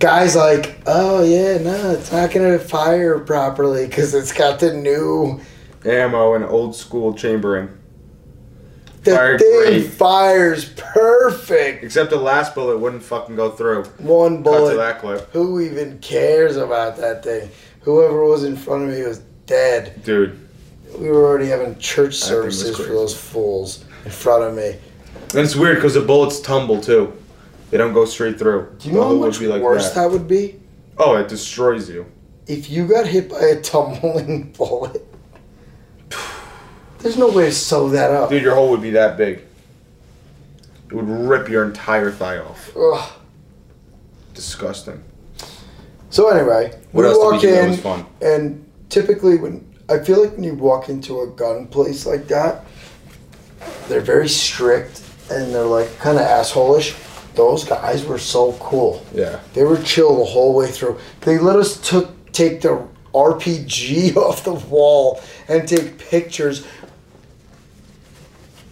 Speaker 3: guy's like, oh yeah, no, it's not gonna fire properly because it's got the new
Speaker 5: ammo and old school chambering.
Speaker 3: the
Speaker 5: Fired
Speaker 3: thing
Speaker 5: great.
Speaker 3: fires perfect.
Speaker 5: Except the last bullet wouldn't fucking go through.
Speaker 3: One
Speaker 5: Cut to
Speaker 3: bullet.
Speaker 5: that clip,
Speaker 3: Who even cares about that thing? Whoever was in front of me was dead.
Speaker 5: dude.
Speaker 3: We were already having church
Speaker 5: That thing was
Speaker 3: services for
Speaker 5: crazy.
Speaker 3: those fools in front of me.
Speaker 5: And it's weird because the bullets tumble too. They don't go straight through.
Speaker 3: Do you know how much worse that would be?
Speaker 5: Oh, it destroys you.
Speaker 3: If you got hit by a tumbling *laughs* bullet, there's no way to sew that up.
Speaker 5: Dude, your hole would be that big. It would rip your entire thigh off.
Speaker 3: Ugh.
Speaker 5: Disgusting.
Speaker 3: So anyway,
Speaker 5: What
Speaker 3: we
Speaker 5: else did we
Speaker 3: walk
Speaker 5: do that
Speaker 3: in,
Speaker 5: was fun?
Speaker 3: and typically when I feel like when you walk into a gun place like that, they're very strict and they're like kind of asshole-ish. Those guys were so cool.
Speaker 5: Yeah.
Speaker 3: They were chill the whole way through. They let us took take the RPG *laughs* off the wall and take pictures.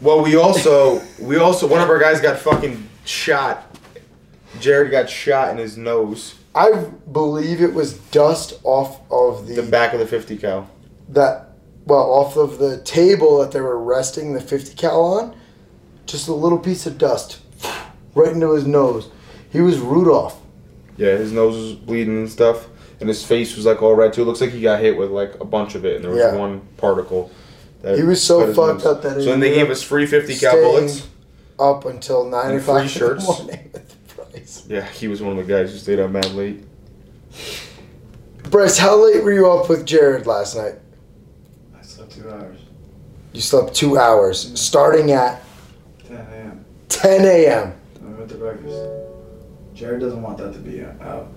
Speaker 5: Well, we also we also one of our guys got fucking shot. Jared got shot in his nose.
Speaker 3: I believe it was dust off of the,
Speaker 5: the back of the 50 cal.
Speaker 3: that well off of the table that they were resting the 50 cal on just a little piece of dust right into his nose he was rudolph
Speaker 5: Yeah, his nose was bleeding and stuff, and his face was like all red too. It looks like he got hit with like a bunch of it, and there was
Speaker 3: Yeah.
Speaker 5: one particle. That
Speaker 3: he was so
Speaker 5: cut his
Speaker 3: fucked
Speaker 5: nose.
Speaker 3: up that he
Speaker 5: So then they
Speaker 3: ended
Speaker 5: gave
Speaker 3: up
Speaker 5: us free 50 cal
Speaker 3: staying
Speaker 5: bullets
Speaker 3: up until 9
Speaker 5: and
Speaker 3: o'clock in
Speaker 5: free
Speaker 3: the
Speaker 5: shirts.
Speaker 3: morning. *laughs*
Speaker 5: Yeah, he was one of the guys who stayed up mad late.
Speaker 3: bryce how late were you up with jared last night
Speaker 9: I slept two hours.
Speaker 3: you slept two hours starting at
Speaker 9: 10 a.m.
Speaker 3: 10 a.m
Speaker 9: I went to breakfast. Jared doesn't want that to be out.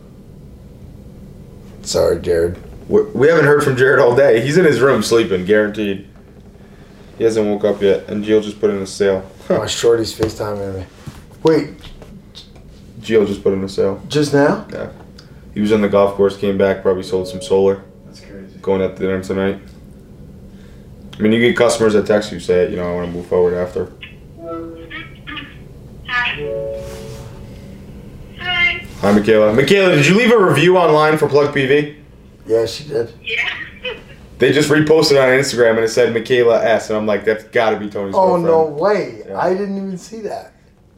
Speaker 3: sorry jared
Speaker 5: We, we haven't heard from Jared all day. He's in his room sleeping, guaranteed. He hasn't woke up yet, and Jill just put in a sale.
Speaker 3: my
Speaker 5: *laughs*
Speaker 3: shorty's facetiming me wait
Speaker 5: Jill just put in a sale.
Speaker 3: just now
Speaker 5: Yeah. He was on the golf course, came back, probably sold some solar.
Speaker 9: That's crazy.
Speaker 5: Going out to dinner tonight. I mean, you get customers that text you, say, you know, I want to move forward after. Hi, Michaela. Michaela, did you leave a review online for Plug PV?
Speaker 3: yeah she did
Speaker 5: They just reposted it on Instagram and it said Michaela S. And I'm like, that's gotta be Tony's
Speaker 3: oh
Speaker 5: girlfriend.
Speaker 3: no way i didn't even see that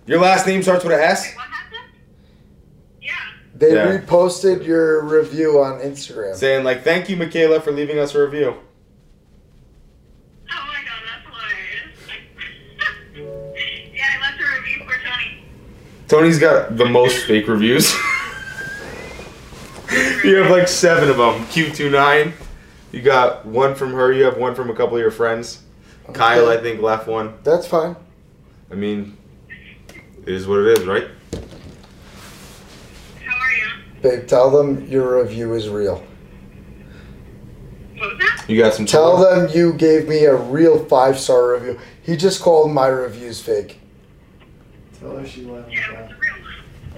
Speaker 5: Your last name starts with an S?
Speaker 3: They
Speaker 5: Yeah.
Speaker 3: reposted your review on Instagram.
Speaker 5: Saying, like, thank you, Michaela, for leaving us a review. Tony's got the most fake reviews. you have like seven of them. Q29. You got one from her. You have one from a couple of your friends. Kyle, I think, left one.
Speaker 3: That's fine.
Speaker 5: I mean, it is what it is, right?
Speaker 3: Babe, tell them your review is real.
Speaker 5: You got some.
Speaker 3: Tell them you gave me a real five star review. He just called my reviews fake.
Speaker 9: Tell her she left.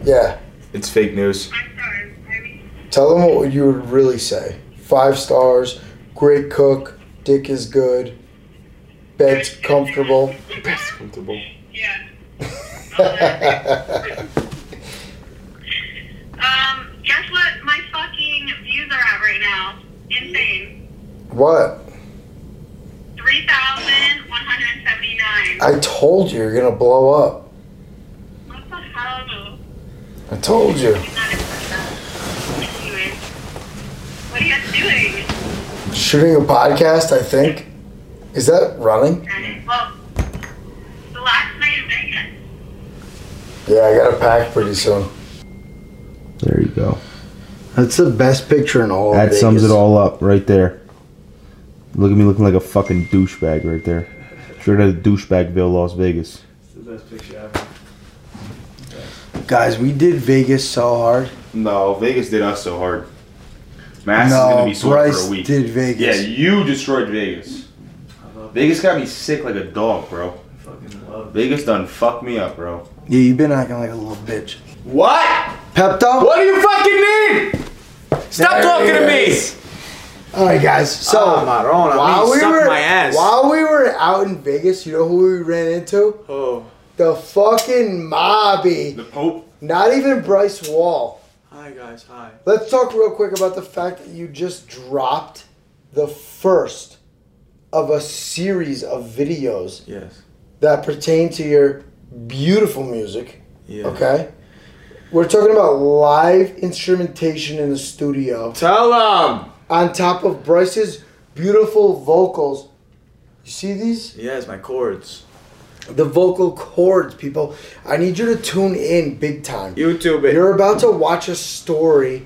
Speaker 3: Yeah.
Speaker 5: It's fake news.
Speaker 3: Tell them what you would really say. Five stars, great cook, dick is good, bed's comfortable. *laughs*
Speaker 5: Bed's comfortable.
Speaker 8: Um, Guess what my fucking views are at right now? Insane.
Speaker 3: what?
Speaker 8: 3,179.
Speaker 3: I told you you're gonna blow up.
Speaker 8: What the hell?
Speaker 3: I told you.
Speaker 8: Anyways, what are you guys doing?
Speaker 3: Shooting a podcast, I think. Is that running?
Speaker 8: Well, the last night in Vegas.
Speaker 3: Yeah, I gotta pack pretty soon.
Speaker 22: There you go.
Speaker 3: That's the best picture in all.
Speaker 22: that
Speaker 3: of
Speaker 22: sums it
Speaker 3: Vegas.
Speaker 22: all up right there. Look at me looking like a fucking douchebag right there. Straight out of douchebagville, Las Vegas.
Speaker 9: It's the best picture ever.
Speaker 3: Guys, we did Vegas so hard.
Speaker 5: No, Vegas did us so hard. Mass
Speaker 3: No,
Speaker 5: is gonna be sore for
Speaker 3: Bryce
Speaker 5: a week.
Speaker 3: did Vegas.
Speaker 5: Yeah, you destroyed Vegas. Vegas got me sick like a dog, bro. Vegas done fucked me up, bro.
Speaker 3: Yeah, you've been acting like a little bitch.
Speaker 5: What?
Speaker 3: Pepto?
Speaker 5: What do you fucking need?
Speaker 3: Stop talking to me! All right, guys. So
Speaker 9: Ah, Marona, me
Speaker 3: while we
Speaker 9: suck
Speaker 3: were
Speaker 9: my ass.
Speaker 3: while we were out in Vegas, you know who we ran into?
Speaker 9: Oh.
Speaker 3: The fucking mobby. The
Speaker 5: Pope.
Speaker 3: Not even Bryce Wall.
Speaker 9: Hi guys, hi.
Speaker 3: Let's talk real quick about the fact that you just dropped the first of a series of videos
Speaker 9: Yes.
Speaker 3: that pertain to your beautiful music.
Speaker 9: Yeah.
Speaker 3: Okay? We're talking about live instrumentation in the studio.
Speaker 9: Tell them.
Speaker 3: On top of Bryce's beautiful vocals. You see these?
Speaker 9: Yes, my chords.
Speaker 3: The vocal cords, people. I need you to tune in big time.
Speaker 9: YouTube it.
Speaker 3: You're about to watch a story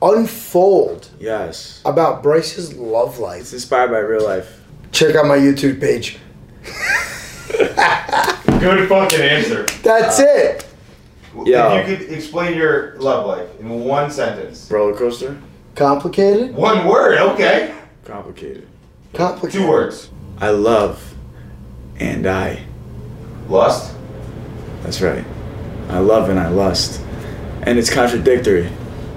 Speaker 3: unfold
Speaker 9: Yes.
Speaker 3: about Bryce's love life.
Speaker 9: It's inspired by real life.
Speaker 3: Check out my YouTube page.
Speaker 5: Good fucking answer.
Speaker 3: That's it.
Speaker 9: Yeah.
Speaker 5: If you could explain your love life in one sentence.
Speaker 9: Roller coaster.
Speaker 3: Complicated?
Speaker 5: One word, okay.
Speaker 9: Complicated.
Speaker 3: Complicated.
Speaker 5: Two words.
Speaker 9: I love and I.
Speaker 5: Lust.
Speaker 9: That's right. I love and I lust. And it's contradictory.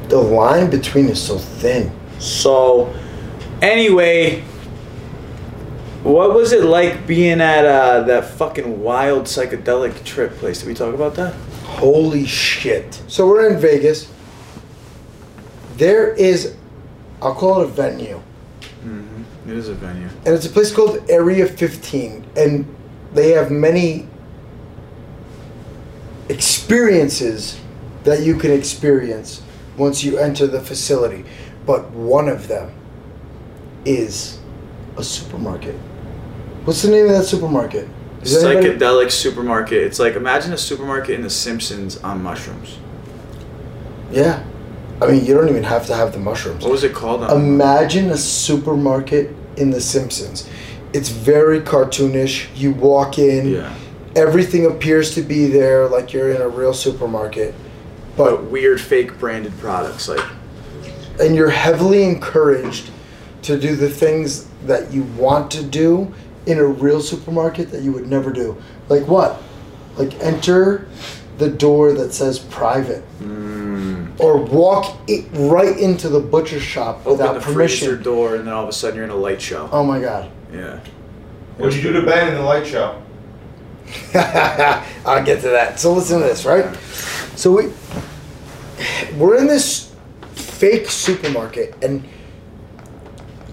Speaker 3: The line between is so thin.
Speaker 9: So, anyway, what was it like being at uh, that fucking wild psychedelic trip place? Did we talk about that?
Speaker 3: Holy shit. So we're in Vegas. There is, I'll call it a venue,
Speaker 9: Mm-hmm. It is a venue.
Speaker 3: and it's a place called Area 15, and they have many experiences that you can experience once you enter the facility. But one of them is a supermarket. What's the name of that supermarket? Does anybody-
Speaker 9: Psychedelic supermarket. It's like imagine a supermarket in The Simpsons on mushrooms.
Speaker 3: Yeah. I mean, you don't even have to have the mushrooms.
Speaker 9: What was it called? On
Speaker 3: Imagine a supermarket in The Simpsons. It's very cartoonish. You walk in,
Speaker 9: Yeah.
Speaker 3: everything appears to be there like you're in a real supermarket,
Speaker 9: But weird fake branded products like
Speaker 3: and you're heavily encouraged to do the things that you want to do in a real supermarket that you would never do. Like what? Like enter the door that says private. Or walk it right into the butcher shop
Speaker 9: Mm. open
Speaker 3: without
Speaker 9: the freezer
Speaker 3: permission.
Speaker 9: door and then all of a sudden you're in a light show.
Speaker 3: Oh my god.
Speaker 9: Yeah.
Speaker 5: What'd you do to Ben in the light show?
Speaker 3: *laughs* I'll get to that. So listen to this, right? So we we're in this fake supermarket, and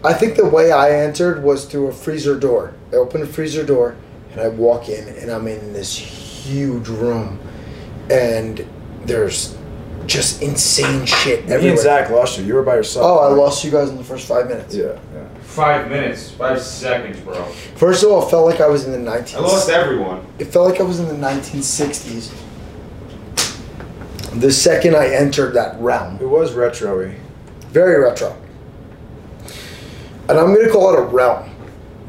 Speaker 3: I think the way I entered was through a freezer door. I open a freezer door, and I walk in, and I'm in this huge room, and there's just insane shit
Speaker 9: Me and
Speaker 3: everywhere.
Speaker 9: Zach lost you. You were by yourself.
Speaker 3: Oh, I lost you guys in the first five minutes.
Speaker 9: Yeah.
Speaker 5: Five minutes. Five seconds, bro.
Speaker 3: First of all, it felt like I was in the 19th.
Speaker 5: I lost everyone.
Speaker 3: It felt like I was in the 1960s. The second I entered that realm,
Speaker 9: It was retro
Speaker 3: very retro. And I'm going to call it a realm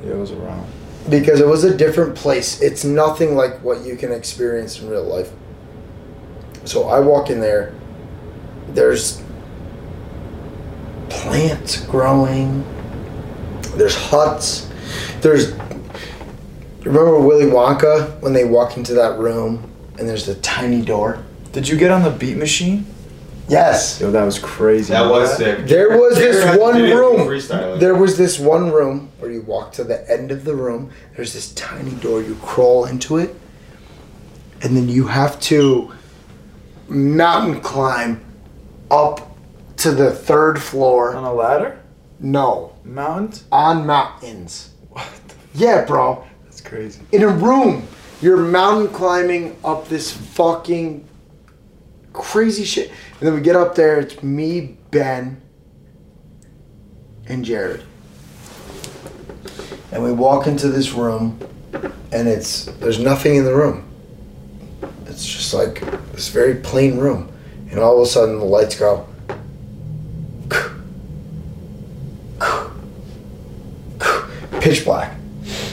Speaker 9: Yeah, it was around.
Speaker 3: because it was a different place. It's nothing like what you can experience in real life. So I walk in there, there's plants growing, there's huts, there's. Remember Willy Wonka when they walk into that room and there's the tiny door?
Speaker 9: Did you get on the beat machine?
Speaker 3: Yes.
Speaker 9: Yo, that was crazy.
Speaker 5: That was sick.
Speaker 3: There was
Speaker 5: Digger had
Speaker 3: this
Speaker 5: to
Speaker 3: one
Speaker 5: do it
Speaker 3: room.
Speaker 5: freestyling.
Speaker 3: There was this one room where you walk to the end of the room. There's this tiny door. You crawl into it, and then you have to mountain climb up to the third floor.
Speaker 9: On a ladder?
Speaker 3: No,
Speaker 9: Mountain?
Speaker 3: on mountains. Yeah, bro.
Speaker 9: That's crazy.
Speaker 3: In a room, you're mountain climbing up this fucking crazy shit. And then we get up there. It's me, Ben, and Jared. And we walk into this room, and it's there's nothing in the room. It's just like this very plain room, and all of a sudden the lights go. Pitch black,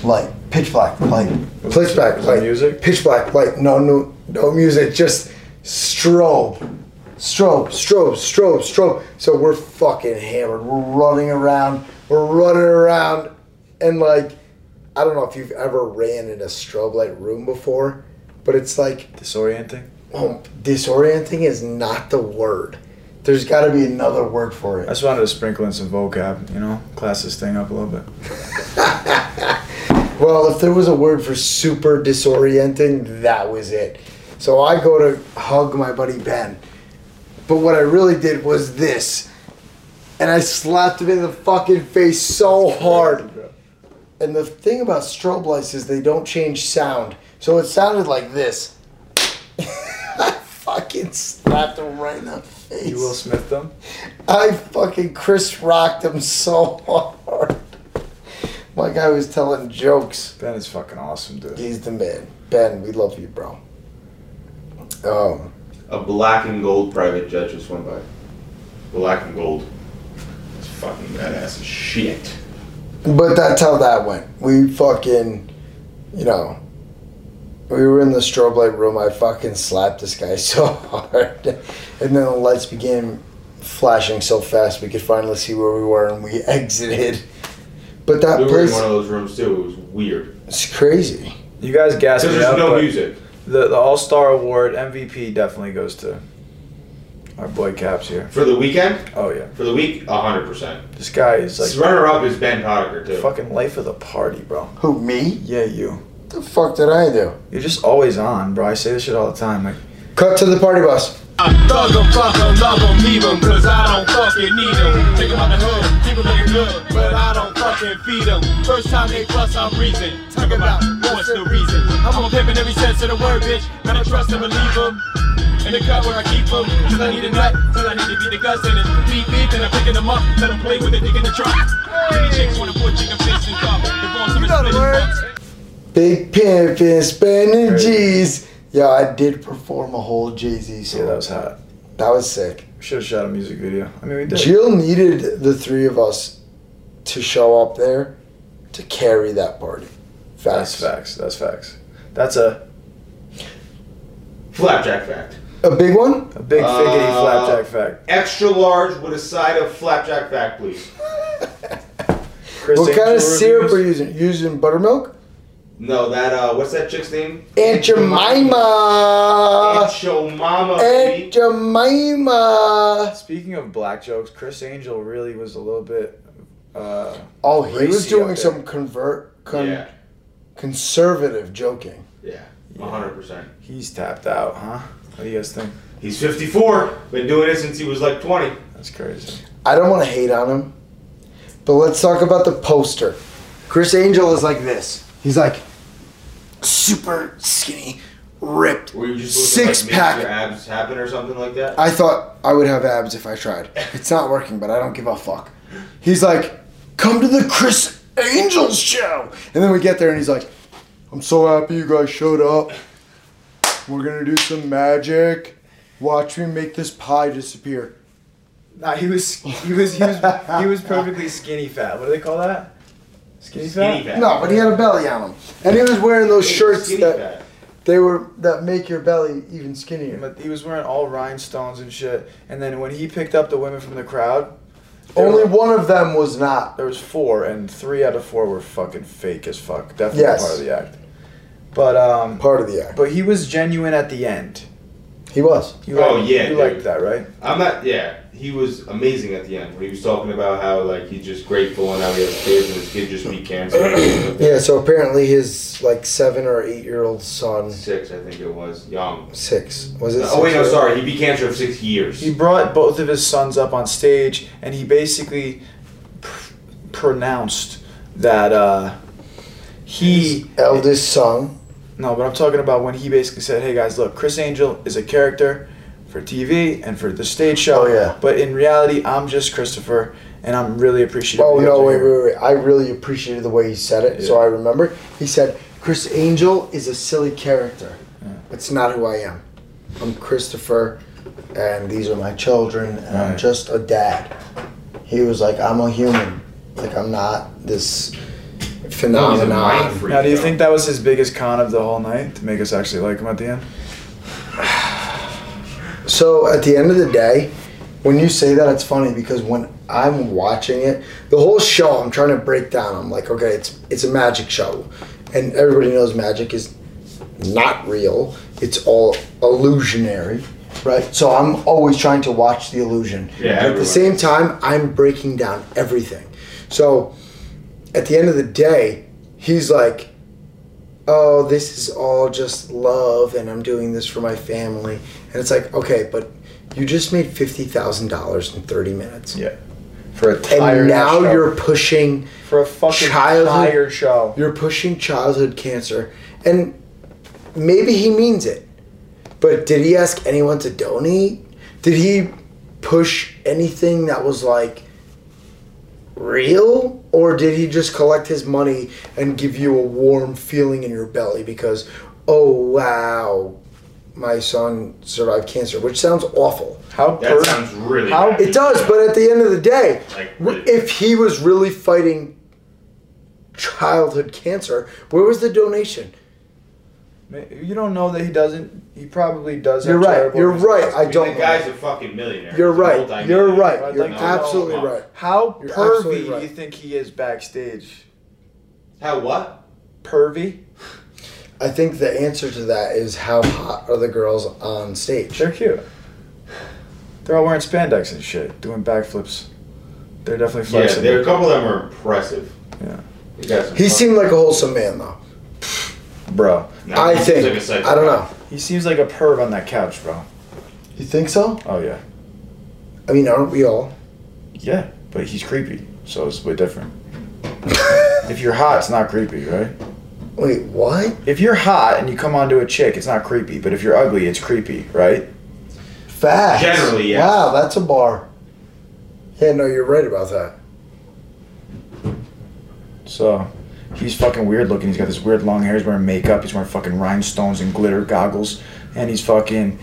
Speaker 3: light. Pitch black, light. Pitch black, light. Music. Pitch black, light. No, no, no music. Just strobe strobe, strobe, strobe, strobe. So we're fucking hammered. We're running around. We're running around. And like, I don't know if you've ever ran in a strobe light room before, but it's like
Speaker 9: Disorienting?
Speaker 3: oh, disorienting is not the word. There's got to be another word for
Speaker 9: I
Speaker 3: it.
Speaker 9: just wanted to sprinkle in some vocab, you know? Class this thing up a little bit.
Speaker 3: Well, if there was a word for super disorienting, that was it. So I go to hug my buddy Ben, But what I really did was this. And I slapped him in the fucking face so hard. And the thing about strobe lights is they don't change sound. So it sounded like this. *laughs* I fucking slapped him right in the face.
Speaker 9: You Will Smith them?
Speaker 3: I fucking Chris rocked him so *laughs* hard. My guy was telling jokes.
Speaker 9: Ben is fucking awesome, dude.
Speaker 3: He's the man. Ben, we love you, bro. Um,
Speaker 5: A black and gold private jet just went by. Black and gold. It's fucking badass as shit.
Speaker 3: but that's how that went. We fucking, you know, we were in the strobe light room. I fucking slapped this guy *laughs* so hard, and then the lights began flashing so fast we could finally see where we were, and we *laughs* exited. But that
Speaker 5: we were in
Speaker 3: place
Speaker 5: one of those rooms too. It was weird.
Speaker 3: is crazy.
Speaker 9: You guys gassed
Speaker 5: Because
Speaker 9: me
Speaker 5: there's
Speaker 9: up,
Speaker 5: no
Speaker 9: but
Speaker 5: music.
Speaker 9: The, the All Star Award MVP definitely goes to our boy Caps here.
Speaker 5: For the weekend?
Speaker 9: Oh yeah.
Speaker 5: For the week, 100%.
Speaker 9: This guy is like
Speaker 5: His runner up is Ben Hodder too.
Speaker 9: fucking life of the party, bro.
Speaker 3: Who me?
Speaker 9: Yeah, you.
Speaker 3: The fuck did I do?
Speaker 9: You're just always on, bro. I say this shit all the time. Like,
Speaker 3: Cut to the party bus.
Speaker 23: I thug 'em, fuck 'em, love 'em, leave 'em, cause I don't fucking need 'em. Take 'em out the hood, keep 'em looking good, but I don't fucking feed 'em. First time they bust, I'm reason. Talk about what's the reason. I'm on pimpin' every sense of the word, bitch. Man, I trust and believe 'em. In the cup where I keep 'em, 'cause I need a nut, 'cause I need to be the guts in it. Beep beep, and I'm picking 'em up, let 'em play with the dick in the truck. Many chicks wanna put chicken fists in cup. The wrong you know the words.
Speaker 3: Big pimp and spending G's. Yeah, I did perform a whole Jay Z song. Yeah, that
Speaker 9: was hot.
Speaker 3: That was sick.
Speaker 9: we should have shot a music video. I mean, we did.
Speaker 3: Jill needed the three of us to show up there to carry that party. Facts.
Speaker 9: That's facts. That's facts. That's a
Speaker 5: Flapjack fact.
Speaker 3: A big one?
Speaker 9: a big figgity
Speaker 5: Uh,
Speaker 9: flapjack fact.
Speaker 5: Extra large with a side of flapjack fact, please.
Speaker 9: Chris
Speaker 3: what kind
Speaker 9: Angel
Speaker 3: of syrup
Speaker 9: reviews?
Speaker 3: are you using? Using buttermilk?
Speaker 5: No, that uh, what's that chick's name?
Speaker 3: Aunt Jemima! Uh,
Speaker 5: Aunt Yo Mama.
Speaker 3: Aunt Jemima!
Speaker 9: Speaking of black jokes, Chris Angel really was a little bit. Uh,
Speaker 3: Oh, he was
Speaker 9: racy up
Speaker 3: doing
Speaker 9: there.
Speaker 3: some convert, con-
Speaker 9: Yeah.
Speaker 3: conservative joking.
Speaker 5: Yeah, 100%.
Speaker 9: He's tapped out, huh? What do you guys think?
Speaker 5: He's 54. Been doing it since he was like 20.
Speaker 9: That's crazy.
Speaker 3: I don't want to hate on him, but let's talk about the poster. Chris Angel is like this. He's like super skinny, ripped,
Speaker 5: Were you just looking,
Speaker 3: six
Speaker 5: like, make Your
Speaker 3: pack.
Speaker 5: abs happen or something like that.
Speaker 3: I thought I would have abs if I tried. It's not working, but I don't give a fuck. He's like, come to the Chris Angel show. And then we get there and he's like, I'm so happy you guys showed up. We're gonna do some magic. Watch me make this pie disappear.
Speaker 9: Nah, he was he was he was he was perfectly skinny fat. What do they call that? Skinny fat.
Speaker 3: No, but he had a belly on him, and he was wearing those shirts that they were that make your belly even skinnier.
Speaker 9: But he was wearing all rhinestones and shit. And then when he picked up the women from the crowd, there
Speaker 3: Only
Speaker 9: were-
Speaker 3: one of them was not.
Speaker 9: there was four, and three out of four were fucking fake as fuck. Definitely
Speaker 3: Yes.
Speaker 9: part of the act. But um,
Speaker 3: Part of the act.
Speaker 9: but he was genuine at the end.
Speaker 3: He was.
Speaker 9: You
Speaker 5: Oh,
Speaker 9: like-
Speaker 5: yeah,
Speaker 9: you
Speaker 5: dude.
Speaker 9: liked that, right?
Speaker 5: I'm not. Yeah, he was amazing at the end when he was talking about how like he's just grateful and how he has kids and his kid just beat cancer.
Speaker 3: Yeah. So apparently his like seven or eight year old son,
Speaker 5: *coughs* Six, I think it was. Young.
Speaker 3: six was it?
Speaker 5: oh wait,
Speaker 3: six
Speaker 5: no,
Speaker 3: or-
Speaker 5: sorry. He beat cancer of six years.
Speaker 9: He brought both of his sons up on stage, and he basically pr- pronounced that uh, he
Speaker 3: Eldest son.
Speaker 9: No, but I'm talking about when he basically said, "Hey guys, look, Chris Angel is a character for TV and for the stage show.
Speaker 3: Oh, yeah.
Speaker 9: But in reality, I'm just Christopher, and I'm really appreciative."
Speaker 3: Oh
Speaker 9: of you
Speaker 3: no!
Speaker 9: guys
Speaker 3: Wait,
Speaker 9: are here."
Speaker 3: wait, wait! I really appreciated the way he said it, so
Speaker 9: Yeah.
Speaker 3: I remember. He said, "Chris Angel is a silly character. It's not who I am. I'm Christopher, and these are my children, and I'm
Speaker 9: Right.
Speaker 3: just a dad." He was like, "I'm a human. Like I'm not this phenomenon."
Speaker 9: Now, do you think that was his biggest con of the whole night to make us actually like him at the end?
Speaker 3: So at the end of the day, when you say that, it's funny because when I'm watching it, the whole show I'm trying to break down. I'm like, okay, it's it's a magic show, and everybody knows magic is not real. It's all illusionary, right? So I'm always trying to watch the illusion. But
Speaker 5: Yeah,
Speaker 3: at the
Speaker 5: everyone.
Speaker 3: same time, I'm breaking down everything. So at the end of the day, he's like, oh, this is all just love and I'm doing this for my family. And it's like, okay, but You just made fifty thousand dollars in thirty minutes.
Speaker 5: Yeah.
Speaker 3: For
Speaker 5: a tired
Speaker 3: And now
Speaker 5: show.
Speaker 3: you're pushing
Speaker 5: for a fucking
Speaker 3: childhood
Speaker 5: tired show.
Speaker 3: You're pushing childhood cancer, and maybe he means it. But did he ask anyone to donate? Did he push anything that was like real, or did he just collect his money and give you a warm feeling in your belly because, oh wow, my son survived cancer, which sounds awful. How
Speaker 5: That sounds really
Speaker 3: how
Speaker 5: bad.
Speaker 3: it does, but at the end of the day,
Speaker 5: Like,
Speaker 3: w- if he was really fighting childhood cancer, where was the donation?
Speaker 5: You don't know that he doesn't. He probably does. have
Speaker 3: You're right,
Speaker 5: charitable
Speaker 3: you're right,
Speaker 5: reasons.
Speaker 3: I mean, don't the know. guy's
Speaker 5: a fucking millionaire.
Speaker 3: You're right. You're right. You're absolutely right.
Speaker 9: How
Speaker 3: You're absolutely
Speaker 9: pervy
Speaker 3: right.
Speaker 9: do you think he is backstage?
Speaker 5: How what?
Speaker 9: Pervy?
Speaker 3: I think the answer to that is how hot are the girls on stage? They're
Speaker 9: cute. They're all wearing spandex and shit, doing backflips. They're definitely
Speaker 5: Yeah,
Speaker 9: flexing.
Speaker 5: there a couple of them are impressive. Yeah. You guys
Speaker 3: He seemed like a wholesome man, though.
Speaker 9: Bro.
Speaker 5: No, I he seems think- like a psycho. I don't know.
Speaker 9: He seems like a perv on that couch, bro.
Speaker 3: You think so?
Speaker 9: Oh, yeah.
Speaker 3: I mean, aren't we all?
Speaker 9: Yeah, but he's creepy, so it's way different. *laughs* if you're hot, it's not creepy, right?
Speaker 3: Wait, what?
Speaker 9: If you're hot and you come onto a chick, it's not creepy, but if you're ugly, it's creepy, right?
Speaker 3: Facts.
Speaker 9: Generally, yes.
Speaker 3: Wow, that's a bar. Yeah, no, you're right about that.
Speaker 9: So he's fucking weird looking. He's got this weird long hair. He's wearing makeup. He's wearing fucking rhinestones and glitter goggles. And he's fucking.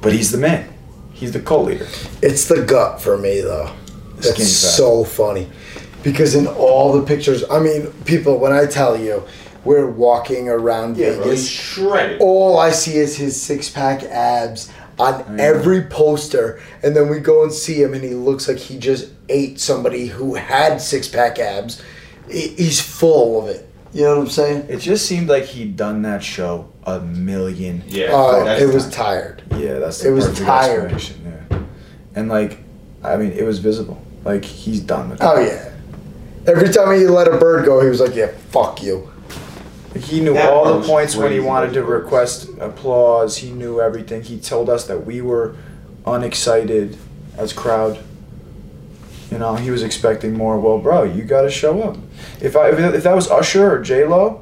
Speaker 9: But he's the man. He's the co leader.
Speaker 3: It's the gut for me, though.
Speaker 9: Skinny
Speaker 3: That's
Speaker 9: fat.
Speaker 3: so funny. Because in all the pictures, I mean, people, when I tell you we're walking around
Speaker 5: Yeah, bro,
Speaker 3: Vegas,
Speaker 5: he's shredded.
Speaker 3: all I see is his six pack abs on every poster. And then we go and see him, and he looks like he just ate somebody who had six pack abs. He- He's full of it. You know what I'm saying?
Speaker 9: It just seemed like he'd done that show a million.
Speaker 3: Yeah, Uh, that's it was not- tired.
Speaker 9: Yeah, that's the
Speaker 3: It was
Speaker 9: perfect
Speaker 3: tired.
Speaker 9: explanation, Yeah. And like, I mean, it was visible. Like he's done with.
Speaker 3: Oh,
Speaker 9: it.
Speaker 3: yeah. Every time he let a bird go, he was like, yeah, fuck you.
Speaker 9: He knew
Speaker 3: That
Speaker 9: all
Speaker 3: was
Speaker 9: the points when he
Speaker 3: crazy,
Speaker 9: wanted to request applause. He knew everything. He told us that we were unexcited as crowd. You know, he was expecting more. Well, bro, you got to show up. If I if, if that was Usher or J Lo,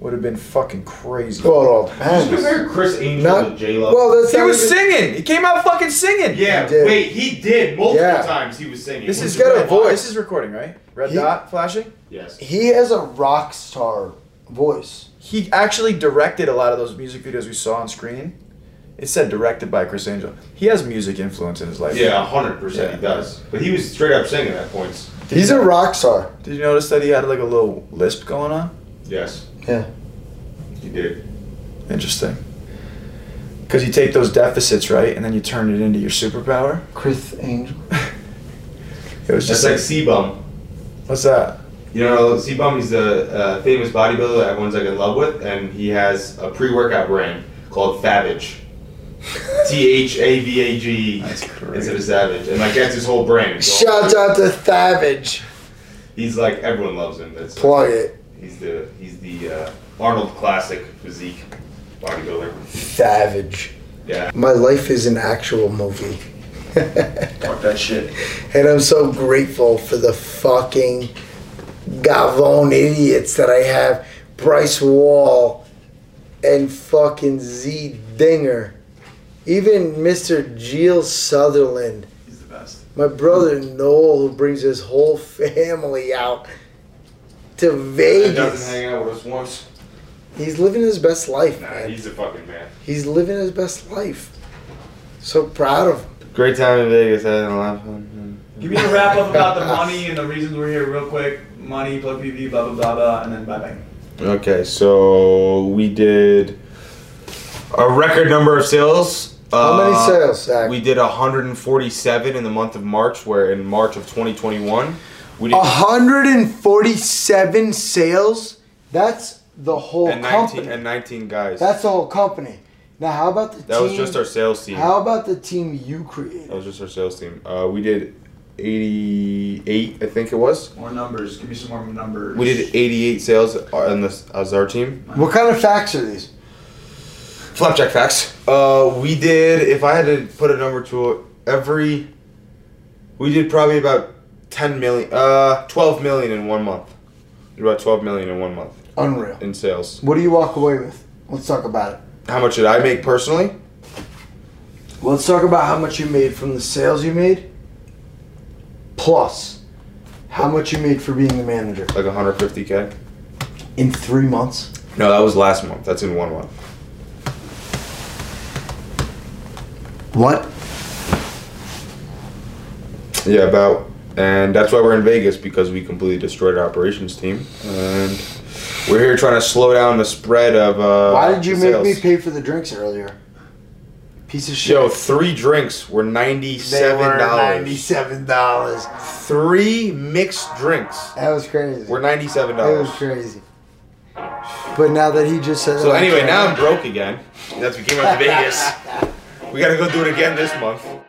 Speaker 9: would have been fucking crazy.
Speaker 3: Well, it all depends.
Speaker 5: Just compare Chris Angel to J Lo.
Speaker 3: well, that's
Speaker 9: he
Speaker 3: not
Speaker 9: was
Speaker 3: even-
Speaker 9: singing. He came out fucking singing.
Speaker 5: Yeah,
Speaker 3: did.
Speaker 5: wait, he did multiple
Speaker 3: Yeah.
Speaker 5: times. He was singing.
Speaker 9: This
Speaker 5: He's
Speaker 9: is
Speaker 5: got a
Speaker 9: red,
Speaker 5: voice.
Speaker 9: This is recording, right? Red
Speaker 3: He-
Speaker 9: dot flashing.
Speaker 5: Yes.
Speaker 3: He has a rock star voice.
Speaker 9: He actually directed a lot of those music videos we saw on screen. It said directed by Chris Angel. He has music influence in his life.
Speaker 5: Yeah, hundred percent he does. But he was straight up singing at points.
Speaker 3: He's a rock star.
Speaker 9: Did you notice that he had like a little lisp going on?
Speaker 5: Yes,
Speaker 3: Yeah.
Speaker 5: he did.
Speaker 9: Interesting. Because you take those deficits, right, and then you turn it into your superpower.
Speaker 3: Chris Angel.
Speaker 9: It was just
Speaker 5: That's like Sebum.
Speaker 9: What's that?
Speaker 5: You know, Sebum. He's a, uh famous bodybuilder that everyone's like in love with, and he has a pre-workout brand called *laughs* Favage. T H A V A G instead of Savage, and like that's his whole brand. It's all-
Speaker 3: Shout out to Savage.
Speaker 5: He's like everyone loves him. That's
Speaker 3: Plug it.
Speaker 5: He's the he's the uh, Arnold classic physique bodybuilder.
Speaker 3: Savage.
Speaker 5: Yeah.
Speaker 3: My life is an actual movie. *laughs*
Speaker 9: Fuck that shit.
Speaker 3: And I'm so grateful for the fucking Gavone idiots that I have. Bryce Wall and fucking Z Dinger. Even Mr. Jill Sutherland.
Speaker 9: He's the best.
Speaker 3: My brother Noel, who brings his whole family out to
Speaker 5: He doesn't
Speaker 3: Vegas.
Speaker 5: hang out with us once.
Speaker 3: He's living his best life,
Speaker 5: Nah,
Speaker 3: man.
Speaker 5: he's a fucking man.
Speaker 3: He's living his best life. So proud of him.
Speaker 5: Great time in Vegas. I had a lot of fun.
Speaker 9: Give
Speaker 24: me a wrap up about the money and the reasons we're here, real quick. Money, plug PV, blah blah blah blah, and then bye bye.
Speaker 5: Okay, so we did a record number of sales.
Speaker 3: How many
Speaker 5: Uh,
Speaker 3: sales, Zach?
Speaker 5: We did 147 in the month of March, where in March of 2021, we did
Speaker 3: 147 sales? That's the whole
Speaker 5: and 19,
Speaker 3: company.
Speaker 5: and 19 guys.
Speaker 3: That's the whole company. Now, how about the
Speaker 5: that
Speaker 3: team?
Speaker 5: was just our sales team.
Speaker 3: How about the team you created?
Speaker 5: That was just our sales team. Uh, we did 88, I think it was.
Speaker 9: More numbers. Give me some more numbers.
Speaker 5: We did 88 sales on this as our team.
Speaker 3: What kind of facts are these?
Speaker 5: Flapjack facts. Uh, we did. If I had to put a number to it, every. We did probably about ten million, uh, twelve million in one month. We did About twelve million in one month.
Speaker 3: Unreal.
Speaker 5: In sales.
Speaker 3: What do you walk away with? Let's talk about it.
Speaker 5: How much did I make personally?
Speaker 3: Let's talk about how much you made from the sales you made, plus how much you made for being the manager
Speaker 5: Like 150k.
Speaker 3: in three months.
Speaker 5: No, that was last month. That's in one month.
Speaker 3: What?
Speaker 5: Yeah, about. And that's why we're in Vegas because we completely destroyed our operations team, and we're here trying to slow down the spread of. Uh,
Speaker 3: Why did you make
Speaker 5: sales.
Speaker 3: me pay for the drinks earlier? Piece of shit.
Speaker 5: Yo, three drinks were
Speaker 3: They
Speaker 5: ninety-seven
Speaker 3: were
Speaker 5: dollars.
Speaker 3: Ninety-seven dollars.
Speaker 5: Three mixed drinks
Speaker 3: That was crazy.
Speaker 5: were ninety-seven
Speaker 3: That
Speaker 5: dollars.
Speaker 3: was crazy. But now that he just said. it
Speaker 5: So
Speaker 3: on
Speaker 5: anyway,
Speaker 3: camera-
Speaker 5: now I'm broke again. That's we came out to Vegas. We gotta go do it again this month.